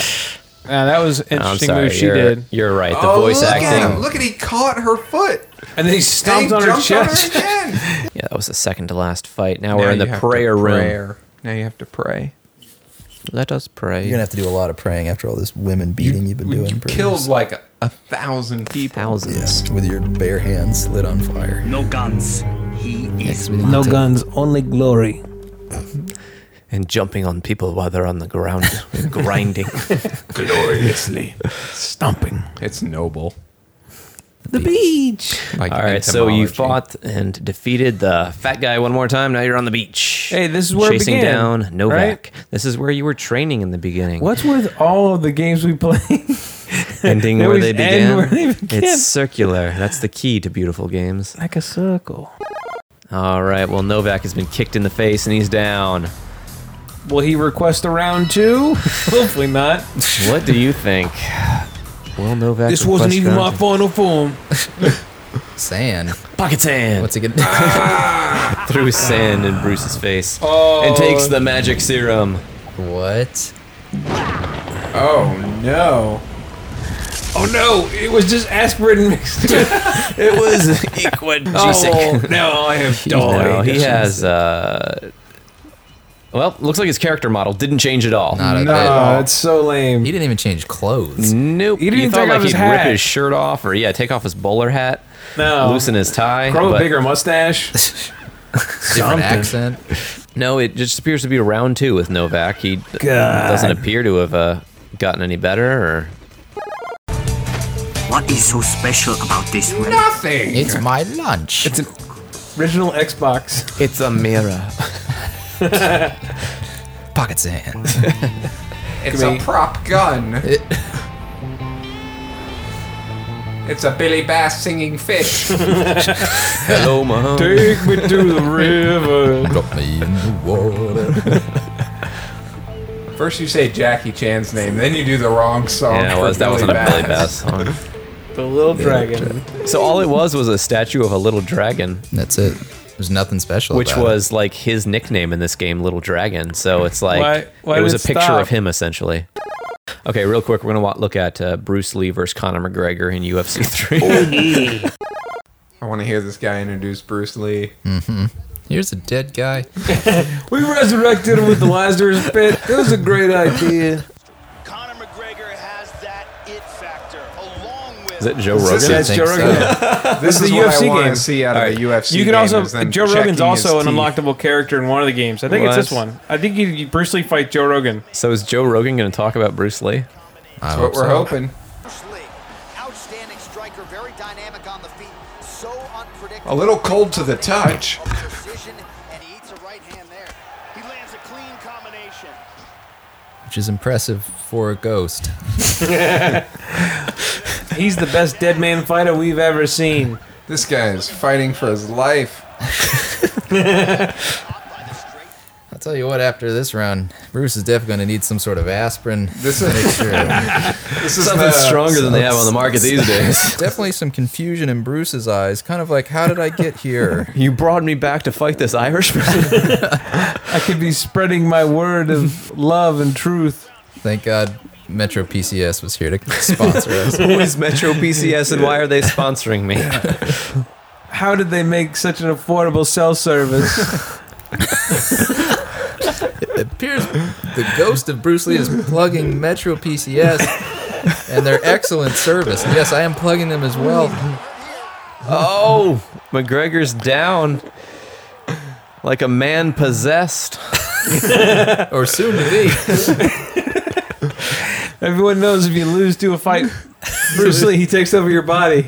Uh, that was an I'm interesting sorry, move she you're, did. You're right. The Oh, voice look At him. acting. Look at he caught her foot. And then he He stomped on her jumped chest. on her again. Yeah, that was the second to last fight. Now Now, we're in the you have to prayer room. prayer. Now you have to pray. Let us pray. You're gonna have to do a lot of praying after all this women beating you, have been doing. Bruce. Killed like a, a thousand people. Thousands. with your bare hands lit on fire. No guns. He is No guns, only glory. And jumping on people while they're on the ground, grinding. Gloriously. Stomping. It's noble. The beach. Like All right, so you fought and defeated the fat guy one more time. Now you're on the beach. Hey, this is where it chasing began, down Novak. right? This is where you were training in the beginning. What's with all of the games we play? Ending They where always they end began. where they began. It's circular. That's the key to beautiful games. like a circle. All right. Well, Novak has been kicked in the face and he's down. Will he request a round two? Hopefully not. What do you think? Will Novak? request round two? final form. Sand. pocket sand. What's he gonna do? Threw sand in Bruce's face Oh. and takes the magic serum. what? Oh no. Oh no! It was just aspirin mixed. It was equid. oh no! I have No, he has. Uh, well, looks like his character model didn't change at all. Not a No, Oh, it's so lame. bit. He didn't even change clothes. Nope. He didn't You even felt take like off his he'd hat. rip his shirt off, or yeah, take off his bowler hat, No. loosen his tie. Grow a but bigger mustache. Different Something. accent. No, it just appears to be round two with Novak. He d- God. doesn't appear to have uh, gotten any better, or What is so special about this one? Nothing. It's my lunch. Original Xbox. it's a mirror. Pocket sand. It's a prop gun. It's a Billy Bass singing fish. Hello, Mom. Take me to the river. Drop me in the water. First you say Jackie Chan's name, then you do the wrong song. Yeah, it for was, that wasn't a Billy Bass song. the Little Dragon. So all it was was a statue of a little dragon. That's it. There's nothing special. Which about it. was like his nickname in this game, Little Dragon. So it's like Why- why it was a did it picture of stop? him essentially. Okay, real quick, we're gonna wa- look at uh, Bruce Lee versus Conor McGregor in UFC Oh, three. I want to hear this guy introduce Bruce Lee. Mm-hmm. Here's a dead guy. we resurrected him with the Lazarus pit. It was a great idea. Is it Joe Rogan? This is, Joe Rogan. This is the what I UFC wanna game. see out of Alright. the UFC You can game also is them Joe checking his Rogan's also an teeth. unlockable character in one of the games. I think it's this What? one. I think you, you Bruce Lee fight Joe Rogan. So is Joe Rogan gonna talk about Bruce Lee? That's Oh, what we're hoping. Outstanding striker, very dynamic on the feet, so unpredictable. A little cold to the touch. Precision, and he eats a right hand there. He lands a clean combination. Which is impressive for a ghost. He's the best dead man fighter we've ever seen. This guy is fighting for his life. I'll tell you what. After this round, Bruce is definitely going to need some sort of aspirin. This is- Make sure- This is Something the- stronger than they have on the market these days. definitely some confusion in Bruce's eyes. Kind of like, how did I get here? You brought me back to fight this Irishman. I could be spreading my word of love and truth. Thank God Metro PCS was here to sponsor us. Who is Metro PCS and why are they sponsoring me? How did they make such an affordable cell service? It appears the ghost of Bruce Lee is plugging Metro PCS and their excellent service. Yes, I am plugging them as well. Oh, McGregor's down like a man possessed. or soon to be. Everyone knows if you lose to a fight, Bruce Lee, he takes over your body.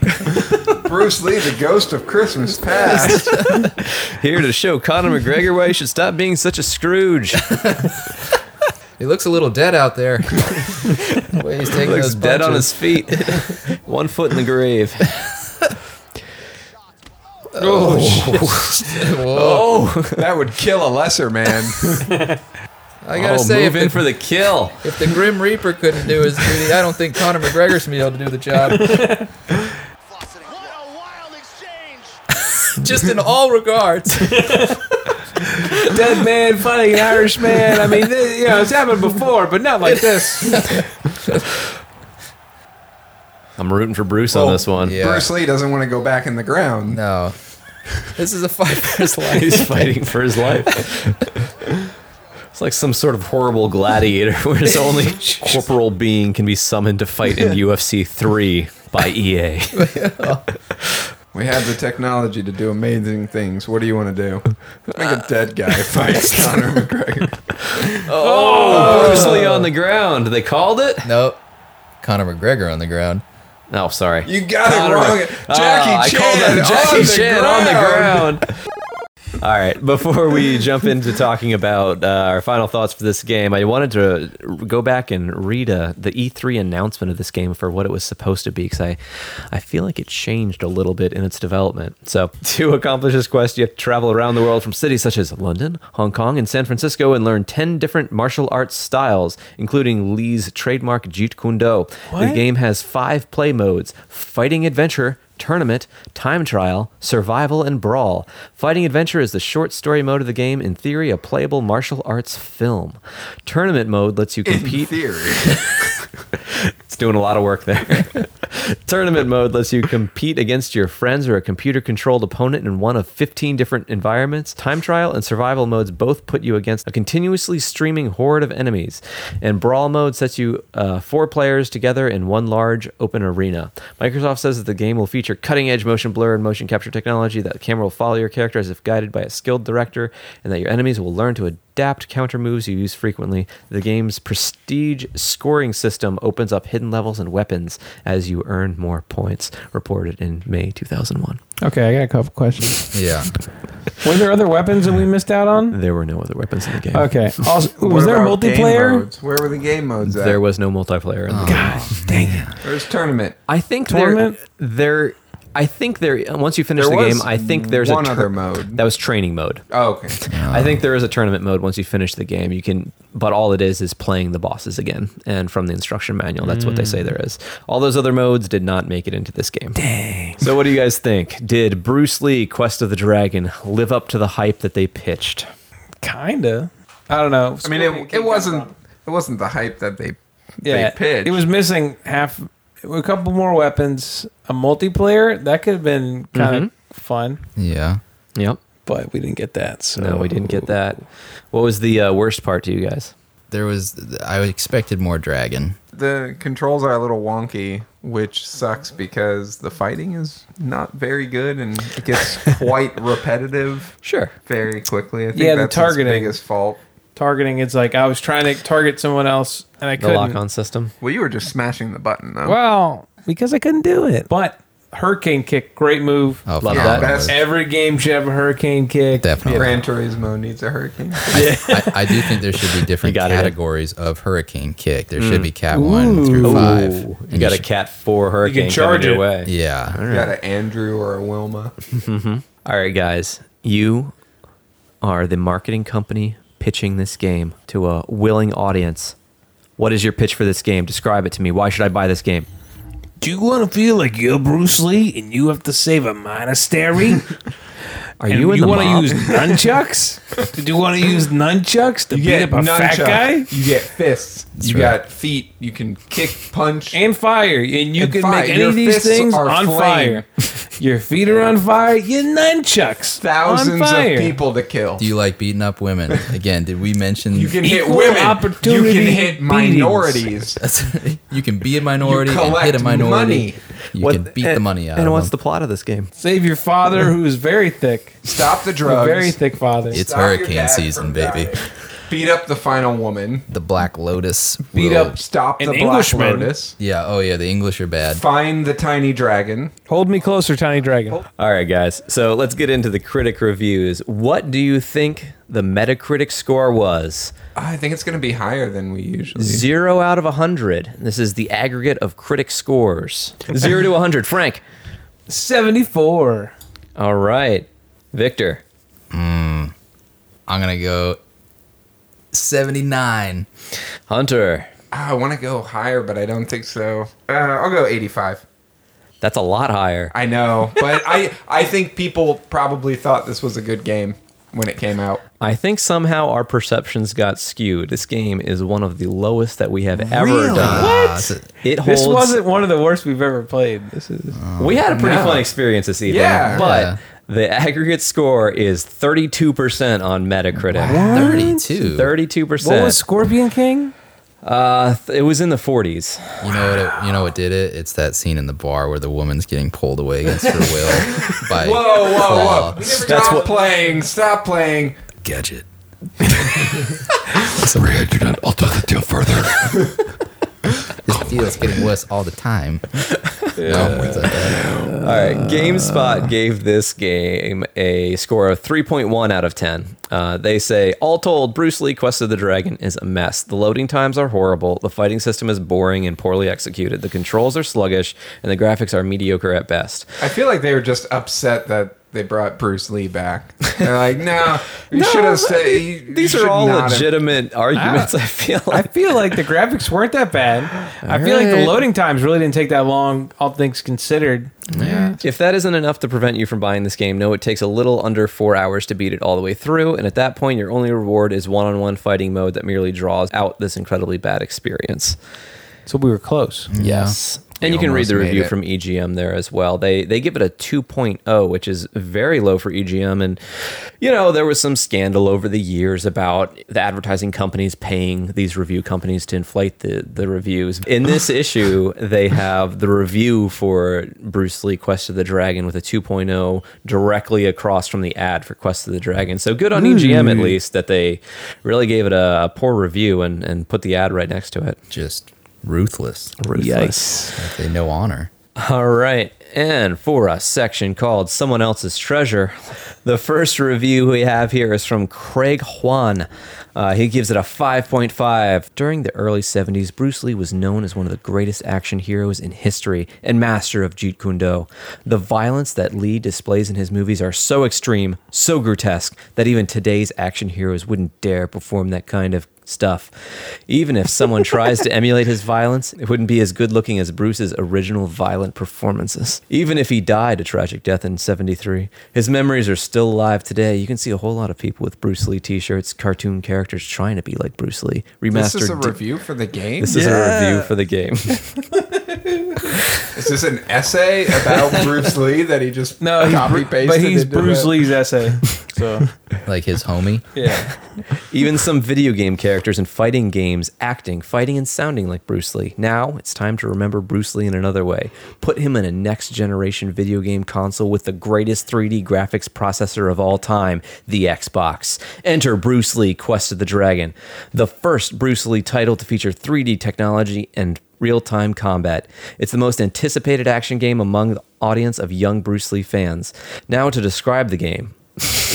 Bruce Lee, the ghost of Christmas past. Here to show Conor McGregor why he should stop being such a Scrooge. He looks a little dead out there. The way he's taking Looks those dead on his punches. feet, one foot in the grave. Oh, shit. Whoa. that would kill a lesser man. I Oh, gotta say, if it- the kill. If the Grim Reaper couldn't do his duty, I don't think Conor McGregor's gonna be able to do the job. Just in all regards. Dead man fighting an Irish man. I mean, th- you know, it's happened before, but not like this. I'm rooting for Bruce Oh, on this one. Bruce Lee doesn't want to go back in the ground. No. This is a fight for his life. He's fighting for his life. It's like some sort of horrible gladiator where his only corporal being can be summoned to fight in UFC 3 by E EA. We have the technology to do amazing things. What do you want to do? Uh, Make a dead guy fight Conor McGregor. Oh, Bruce Lee on the ground. They called it? Nope. Conor McGregor on the ground. No, sorry. You got Conor- it wrong. Ah, Jackie I called Chan it Jackie on the Chan on the ground. ground. All right. Before we jump into talking about uh, our final thoughts for this game, I wanted to go back and read uh, the E3 announcement of this game for what it was supposed to be because I, I feel like it changed a little bit in its development. So, to accomplish this quest, you have to travel around the world from cities such as London, Hong Kong, and San Francisco and learn 10 different martial arts styles, including Lee's trademark Jeet Kune Do. The What? game has five play modes fighting adventure, tournament, time trial, survival, and brawl. Fighting Adventure is the short story mode of the game, in theory, a playable martial arts film. Tournament mode lets you compete. it's doing a lot of work there. Tournament mode lets you compete against your friends or a computer controlled opponent in one of 15 different environments. Time trial and survival modes both put you against a continuously streaming horde of enemies. And brawl mode sets you uh, four players together in one large open arena. Microsoft says that the game will feature cutting edge motion blur and motion capture technology, that the camera will follow your character as if guided by a skilled director, and that your enemies will learn to adapt counter moves you use frequently. The game's prestige scoring system opens up hidden levels and weapons as you earn more points, reported in May 2001. Okay, I got a couple questions. Yeah. Were there other weapons that we missed out on? There were no other weapons in the game. Okay. Also, was there a about game multiplayer? modes? Where were the game modes at? There was no multiplayer in the God game. dang There's tournament. I think Tournament? there, there. I think there. Once you finish There the game, was I think there's one a other mode. That was training mode. Oh, okay. I think there is a tournament mode once you finish the game. You can, but all it is is playing the bosses again, and from the instruction manual, that's what they Mm. say there is. All those other modes did not make it into this game. Dang. So, what do you guys think? Did Bruce Lee Quest of the Dragon live up to the hype that they pitched? Kinda. I don't know. I mean, it, it wasn't it wasn't the hype that they Yeah. they pitched. It was missing half, a couple more weapons, a multiplayer. That could have been kind of Mm-hmm. Mhm. fun. Yeah. Yep. But we didn't get that. So. No, we didn't get that. What was the uh, worst part to you guys? There was. I expected more dragon. the controls are a little wonky, which sucks because the fighting is not very good and it gets quite repetitive. Sure. Very quickly. I think Yeah, the that's its targeting. biggest fault. Targeting, it's like I was trying to target someone else and I The couldn't. lock-on system. Well, you were just smashing the button, though. Well, because I couldn't do it. But Hurricane Kick, great move. Oh, Love yeah, that. best. Every game should have a Hurricane Kick. Definitely. Gran Turismo needs a hurricane. I, I do think there should be different categories of hurricane kick. There should Mm. be cat one Ooh. through five. You And got a should- cat four hurricane. charge coming it. your way. Yeah. All You got right. an Andrew or a Wilma. Mhm. All right, guys. You are the marketing company pitching this game to a willing audience. What is your pitch for this game? Describe it to me. Why should I buy this game? Do you want to feel like you're Bruce Lee and you have to save a monastery? Are And you in you the want to mob? use nunchucks? Did you want to use nunchucks to beat up a fat nunchuck. guy? You get fists. you right. got feet. You can kick, punch, and fire. And you can make any Your of these fists things are on flame. fire. Your feet are on fire. Your nunchucks. Thousands on fire. of people to kill. Do you like beating up women? Again, did we mention You can hit women. you can hit minorities. That's- you can be a minority and hit a collect minority. money. You What- can beat the and- money out. and of what's them. the plot of this game? Save your father, who is very thick. Stop the A drugs. very thick father. It's Stop your hurricane dad season, from baby. dying. Beat up the final woman. The Black Lotus. Beat will- up. Stop the an Black Englishman. Lotus. Yeah. Oh yeah. The English are bad. Find the tiny dragon. Hold me closer, tiny dragon. All right, guys. So let's get into the critic reviews. What do you think the Metacritic score was? I think it's going to be higher than we usually. Zero out of a hundred. This is the aggregate of critic scores. Zero to a hundred. Frank. 74. All right. Victor. Mm, I'm gonna go seventy nine. Hunter. Ah, I want to go higher, but I don't think so. Uh, I'll go 85. That's a lot higher. I know, but I I think people probably thought this was a good game when it came out. I think somehow our perceptions got skewed. This game is one of the lowest that we have ever Really? done. Uh, What? It holds. This wasn't one of the worst we've ever played. This is. we had a pretty No. fun experience this evening, Yeah. but Yeah. the aggregate score is 32% on Metacritic. What? 32? 32%. What was Scorpion King? Uh, th- it was in the 40s. You know what? It, you know what did it? It's that scene in the bar where the woman's getting pulled away against her will by Whoa, whoa, Claw. whoa! Stop playing! Stop playing! Gadget. Sorry, I do not alter the deal further. This deal's getting worse all the time. No, it's uh, okay. All right, GameSpot gave this game a score of 3.1 out of 10. Uh, they say, all told, Bruce Lee Quest of the Dragon is a mess. The loading times are horrible, the fighting system is boring and poorly executed, the controls are sluggish, and the graphics are mediocre at best. I feel like they were just upset that they brought Bruce Lee back. They're like, no, you should have said. you- you These should are all not have- Ah. legitimate arguments, I feel like. I feel like the graphics weren't that bad. I feel like the Alright. loading times really didn't take that long, all things considered. If that isn't enough to prevent you from buying this game, no, it takes a little under four hours to beat it all the way through, and at that point, your only reward is one on one fighting mode that merely draws out this incredibly bad experience. So we were close. Yes. And you can read the review from EGM there as well. They they give it a 2.0, which is very low for EGM. And you know there was some scandal over the years about the advertising companies paying these review companies to inflate the the reviews. In this issue, they have the review for Bruce Lee Quest of the Dragon with a 2.0 directly across from the ad for Quest of the Dragon. So good on EGM at Ooh. least that they really gave it a, a poor review and and put the ad right next to it. Just ruthless. Ruthless. Like they know honor. All right. And for a section called Someone Else's Treasure, the first review we have here is from Craig Juan. Uh, he gives it a 5.5. During the early 70s, Bruce Lee was known as one of the greatest action heroes in history and master of Jeet Kune Do. The violence that Lee displays in his movies are so extreme, so grotesque, that even today's action heroes wouldn't dare perform that kind of stuff. Even if someone tries to emulate his violence, it wouldn't be as good looking as Bruce's original violent performances. Even if he died a tragic death in 73, his memories are still alive today. You can see a whole lot of people with Bruce Lee t shirts, cartoon characters trying to be like Bruce Lee. Remastered. This is a review for the game? This is yeah. a review for the game. is this an essay about Bruce Lee that he just no, copy pasted? But he's Bruce that? Lee's essay. So. like his homie. Yeah. Even some video game characters in fighting games acting, fighting, and sounding like Bruce Lee. Now it's time to remember Bruce Lee in another way. Put him in a next generation video game console with the greatest 3D graphics processor of all time, the Xbox. Enter Bruce Lee Quest of the Dragon, the first Bruce Lee title to feature 3D technology and real time combat. It's the most anticipated action game among the audience of young Bruce Lee fans. Now to describe the game.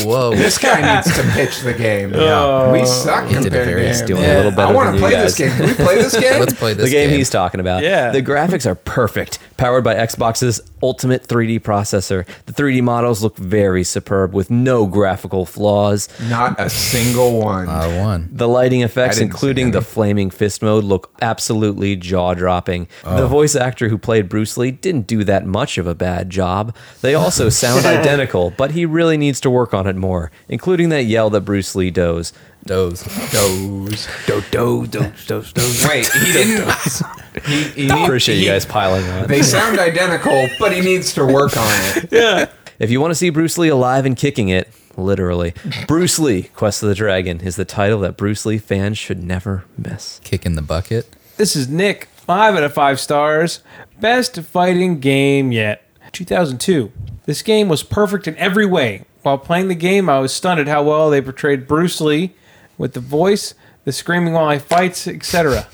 Whoa! this guy needs to pitch the game. Yeah. We suck he at very, Doing yeah. a little better. I want to play this game. Can we play this game? Let's play this. The game, game, he's talking about. Yeah. The graphics are perfect, powered by Xbox's ultimate 3D processor. The 3D models look very superb, with no graphical flaws. Not a single one. Not uh, one. The lighting effects, including the flaming fist mode, look absolutely jaw dropping. Oh. The voice actor who played Bruce Lee didn't do that much of a bad job. They also sound identical, but he really needs to work on it more, including that yell that Bruce Lee does. Doze. Doze. Do, do, doze, doze, doze. Wait, he didn't. he, he need, appreciate he, you guys piling on. They sound identical, but he needs to work on it. Yeah. If you want to see Bruce Lee alive and kicking it, literally, Bruce Lee, Quest of the Dragon, is the title that Bruce Lee fans should never miss. Kick in the bucket. This is Nick, five out of five stars. Best fighting game yet. 2002. This game was perfect in every way. While playing the game, I was stunned at how well they portrayed Bruce Lee with the voice, the screaming while he fights, etc.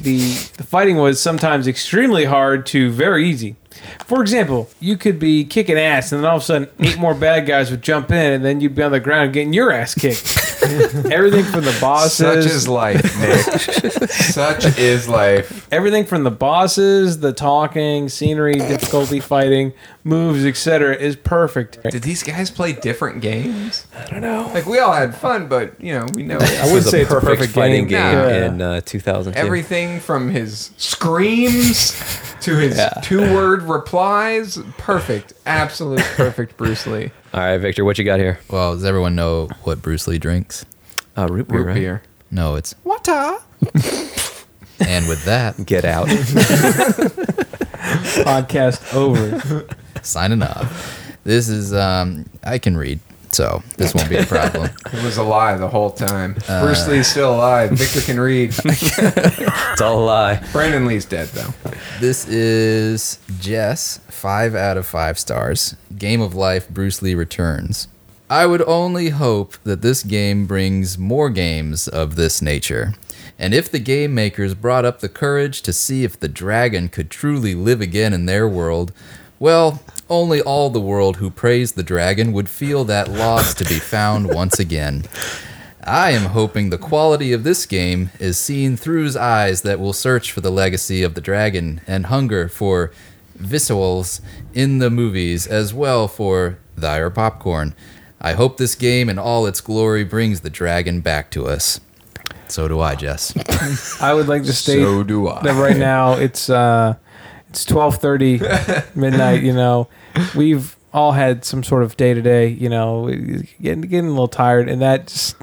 The, the fighting was sometimes extremely hard to very easy. For example, you could be kicking ass, and then all of a sudden, eight more bad guys would jump in, and then you'd be on the ground getting your ass kicked. Everything from the bosses. Such is life, Nick. Such is life. Everything from the bosses, the talking, scenery, difficulty fighting, moves, etc., is perfect. Did these guys play different games? I don't know. Like we all had fun, but you know, we know. I would say perfect, perfect fighting game, game yeah. in uh, 2000. Everything from his screams to his yeah. two-word replies, perfect, absolute perfect, Bruce Lee. All right, Victor, what you got here? Well, does everyone know what Bruce Lee drinks? Uh, root beer. Root right? beer. No, it's water. and with that, get out. Podcast over. Signing off. This is um, I can read, so this won't be a problem. it was a lie the whole time. Uh, Bruce Lee's still alive. Victor can read. it's all a lie. Brandon Lee's dead though. This is Jess five out of five stars. Game of Life Bruce Lee Returns. I would only hope that this game brings more games of this nature. And if the game makers brought up the courage to see if the dragon could truly live again in their world, well, only all the world who praised the dragon would feel that loss to be found once again. I am hoping the quality of this game is seen through's eyes that will search for the legacy of the dragon and hunger for visuals in the movies as well for thyre popcorn. I hope this game in all its glory brings the dragon back to us. So do I, Jess. I would like to state so do I. that right now it's uh, it's twelve thirty midnight. You know, we've all had some sort of day to day. You know, getting getting a little tired, and that just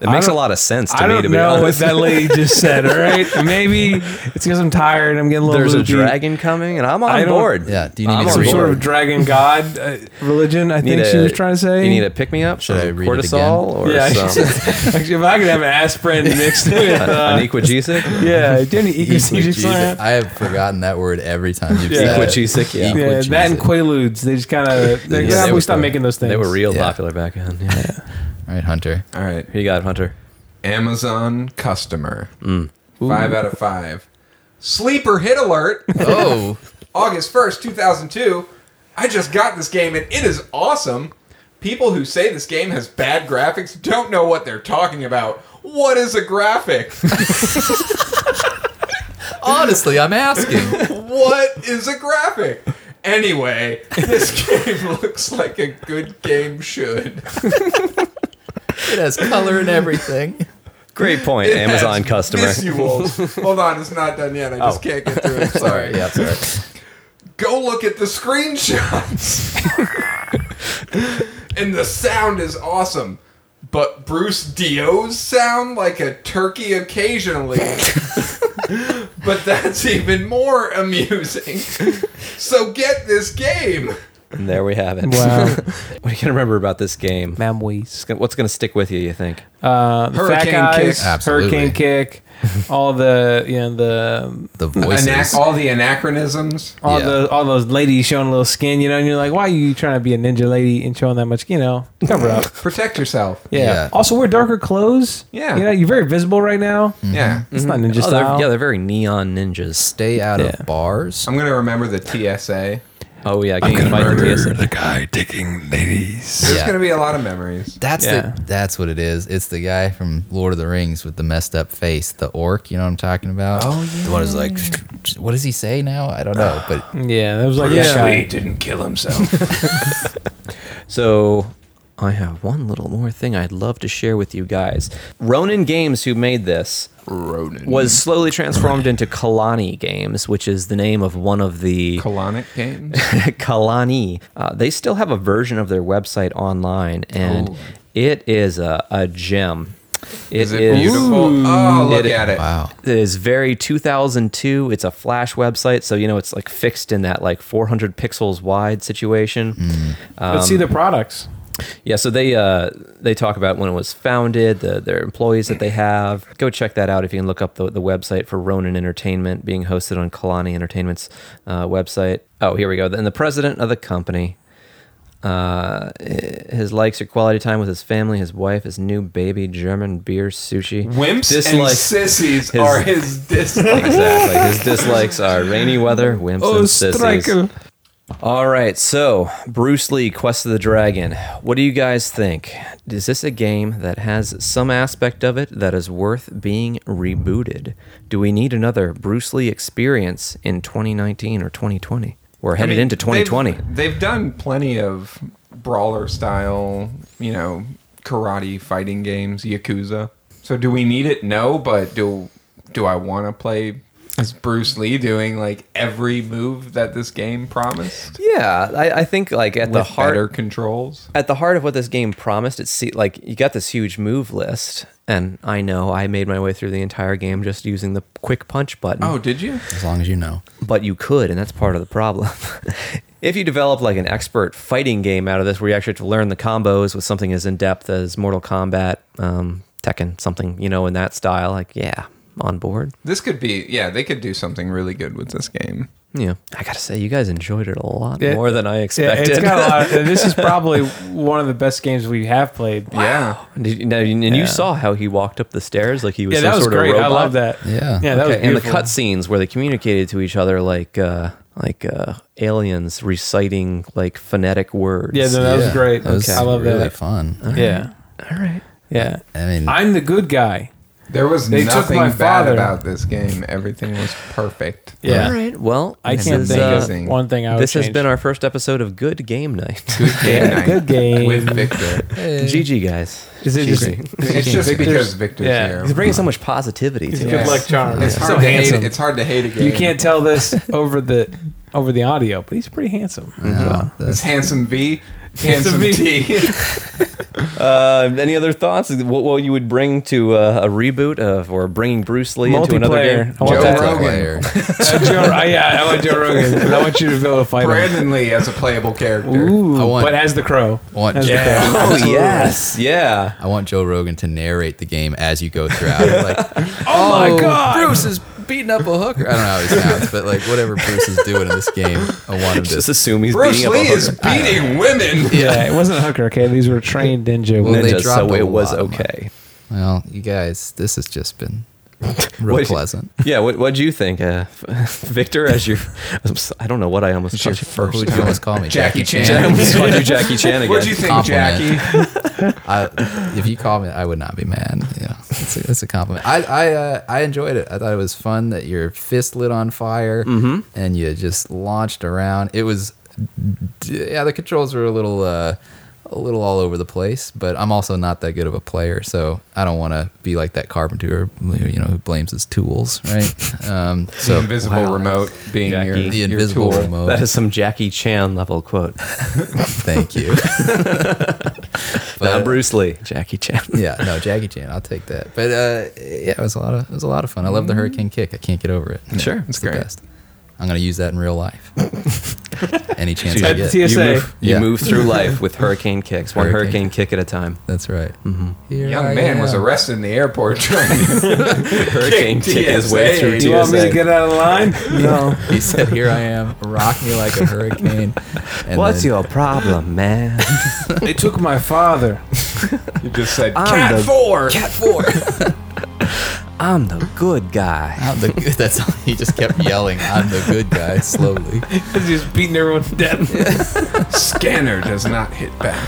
it makes a lot of sense to I me. Don't to be know honest. what that lady just said. All right, maybe it's because I'm tired. I'm getting a little. There's loopy. a dragon coming, and I'm on board. Yeah, do you need I'm me some to sort of dragon god uh, religion? I Need think she a- was trying to say. You need a pick me up? Should I read it cortisol or yeah, some, actually, if I could have an aspirin mixed with uh, an equagesic? yeah, do you need Jesus. equagesic? I have forgotten that word every time you've Yeah. said it. Equagesic, yeah. Yeah, Equagesic. that and Quaaludes. They just kind of Yeah, they we were- stopped making those things. They were real Yeah. popular back then. Yeah. All right, Hunter. All right, Who you got, Hunter? Amazon customer. Five out of five. Sleeper hit alert. Oh, August 1st, 2002. I just got this game and it is awesome. People who say this game has bad graphics don't know what they're talking about. What is a graphic? Honestly, I'm asking. what is a graphic? Anyway, this game looks like a good game should. It has color and everything. Great point, It Amazon has customer. visuals. Hold on, it's not done yet. I just Oh. can't get through it. Sorry. Yeah, sorry. Go look at the screenshots. and the sound is awesome. But Bruce Dio's sound like a turkey occasionally. but that's even more amusing. So get this game. And there we have it. Wow. what are you gonna remember about this game? Mamwees. What's gonna stick with you? You think? Uh, the Hurricane fat guys, kick. Absolutely. hurricane kick, all the you know the The Anac- all the anachronisms. all Yeah. the all those ladies showing a little skin, you know, and you're like, why are you trying to be a ninja lady and showing that much, you know? Cover up. Protect yourself. Yeah. Yeah. Also, wear darker clothes. Yeah. You know, you're very visible right now. Yeah. It's not ninja Oh, they're- style. yeah, they're very neon ninjas. Stay out Yeah. of bars. I'm gonna remember the TSA. Oh yeah, I'm Gang gonna Fight the murder TSA. the guy taking ladies. There's Yeah. gonna be a lot of memories. That's Yeah. the that's what it is. It's the guy from Lord of the Rings with the messed up face, the orc. You know what I'm talking about? Oh yeah. The one who's like, what does he say now? I don't know. But yeah, that was like Bruce that guy. Lee didn't kill himself. So I have one little more thing I'd love to share with you guys. Ronin Games, who made this, Ronan. was slowly transformed into Kalani Games, which is the name of one of the colonic games. Kalani. Uh, they still have a version of their website online, and it is a, a Oh. gem. Is it beautiful? Oh, look It- at it. wow, It is very 2002. It's a flash website, so you know it's like fixed in that like 400 pixels wide situation. Um, Let's see the products. Yeah, so they uh, they talk about when it was founded, the, their employees that they have. Go check that out if you can look up the, the website for Ronin Entertainment, being hosted on Kalani Entertainment's uh, website. Oh, here we go. And the president of the company, uh, his likes are quality time with his family, his wife, his new baby, German beer, sushi. Wimps and Dislikes- sissies his- are his dislikes. Exactly. His dislikes are rainy weather, wimps, Oh, and sissies. striker. All right, so Bruce Lee, Quest of the Dragon. What do you guys think? Is this a game that has some aspect of it that is worth being rebooted? Do we need another Bruce Lee experience in 2019 or 2020? We're I headed mean, into 2020. They've, they've done plenty of brawler style, you know, karate fighting games, Yakuza. So do we need it? No, but do do I want to play? Is Bruce Lee doing like every move that this game promised? Yeah, I, I think like at the With heart better controls. at the heart of what this game promised, it's see, like you got this huge move list, and I know I made my way through the entire game just using the quick punch button. Oh, did you? as long as you know. but you could, and that's part of the problem. if you develop like an expert fighting game out of this, where you actually have to learn the combos with something as in depth as Mortal Kombat, um, Tekken, something you know in that style, like yeah, on board. This could be. Yeah, they could do something really good with this game. Yeah, I gotta say, you guys enjoyed it a lot Yeah. more than I Yeah, expected. it's got a lot. Of, this is probably one of the best games we have played. Yeah. Did you- now, and you saw how he walked up the stairs like he was Yeah, some that was sort great. of I robot. love that. Yeah. yeah, that Okay, was and the beautiful. cutscenes where they communicated to each other like uh, like uh, aliens reciting like phonetic words. Yeah, no, that was Yeah. great. That was I love really that. fun. Yeah, all right. yeah. I mean, I'm the good guy. There was They took nothing my bad father. about this game. Everything was perfect. Yeah, All right. Well, I this can't is, think uh, of one thing I would this has change. been our first episode of Good Game Night. Good game Yeah, night good game. with Victor. GG, guys. Is it just It's just because Victor's yeah. here. He's bringing so much positivity to good us. luck charm? It's hard, so to hate, handsome. it's hard to hate a game. You can't tell this over the over the audio, but he's pretty handsome. no, It's that's- handsome V, handsome Handsome V. T. Uh, any other thoughts? What, what you would bring to uh, a reboot of or bringing Bruce Lee into another game? Multiplayer. I want Joe that. Rogan. player. Uh, Joe, I, yeah, I want Joe Rogan. but I want you to vilify him. Brandon Lee as a playable character. Ooh, I want- but as the crow. I want As the Joe, crow. Oh yes, yeah. I want Joe Rogan to narrate the game as you go throughout. Like, Oh my god! Bruce is beating up a hooker. I don't know how he sounds, but like whatever Bruce is doing in this game, I want him to. Just assume he's Bruce beating Lee up a is hooker. beating women. Yeah, it wasn't a hooker. Okay, these were trained ninja. Well, women. they Ninja, dropped so a it was lot of okay. Well, you guys, this has just been Real What- pleasant. Yeah, what what'd you think, uh, Victor? As your, I'm so- I don't know what I almost It's called your first Who'd time. you Almost call me Jackie I Chan. almost called you Jackie Chan again. What'd you think, Compliment. I, if you call me, I would not be mad. Yeah, it's a, it's a compliment. I I, uh, I enjoyed it. I thought it was fun that your fist lit on fire Mhm. and you just launched around. It was, yeah, the controls were a little uh, a little all over the place. But I'm also not that good of a player, so I don't want to be like that carpenter, you know, who blames his tools, right? Um, so The invisible remote being your- the your invisible tool. remote. That is some Jackie Chan level quote. Thank you. now Uh, Bruce Lee, Jackie Chan. yeah, no, Jackie Chan. I'll take that. But uh, yeah, it was a lot of it was a lot of fun. I love the hurricane kick. I can't get over it. Mm-hmm. Sure, it's, it's the great. best. I'm gonna use that in real life. Any chance I At get. You move, you Yeah. move through life with hurricane kicks, one Hurricane. hurricane kick at a time. That's right. Mm-hmm. Young man was arrested in the airport trying to Hurricane kick kick his way TSA. through You want me to get out of line? No. he said, "Here I am. Rock me like a hurricane." And What's then- your problem, man? They took my father. You just said I'm the- Cat four. I'm the good guy. I'm the good. That's all. He just kept yelling, "I'm the good guy." Slowly. just beating everyone to death. Scanner does not hit back.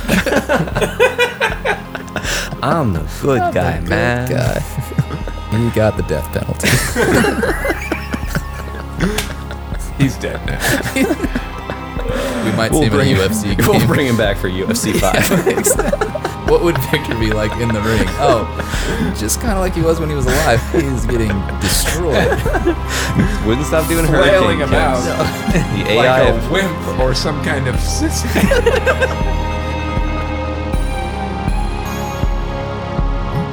I'm the good I'm the guy, good man. guy. He got the death penalty. He's dead now. We might We'll see him bring- in a UFC game. we'll bring him back for UFC five. Yeah, exactly. what would Victor be like in the ring? Oh, just kind of like he was when he was alive. He's getting destroyed. Wouldn't stop doing Flailing hurricane him kicks. out The like AI a wimp or some kind of system.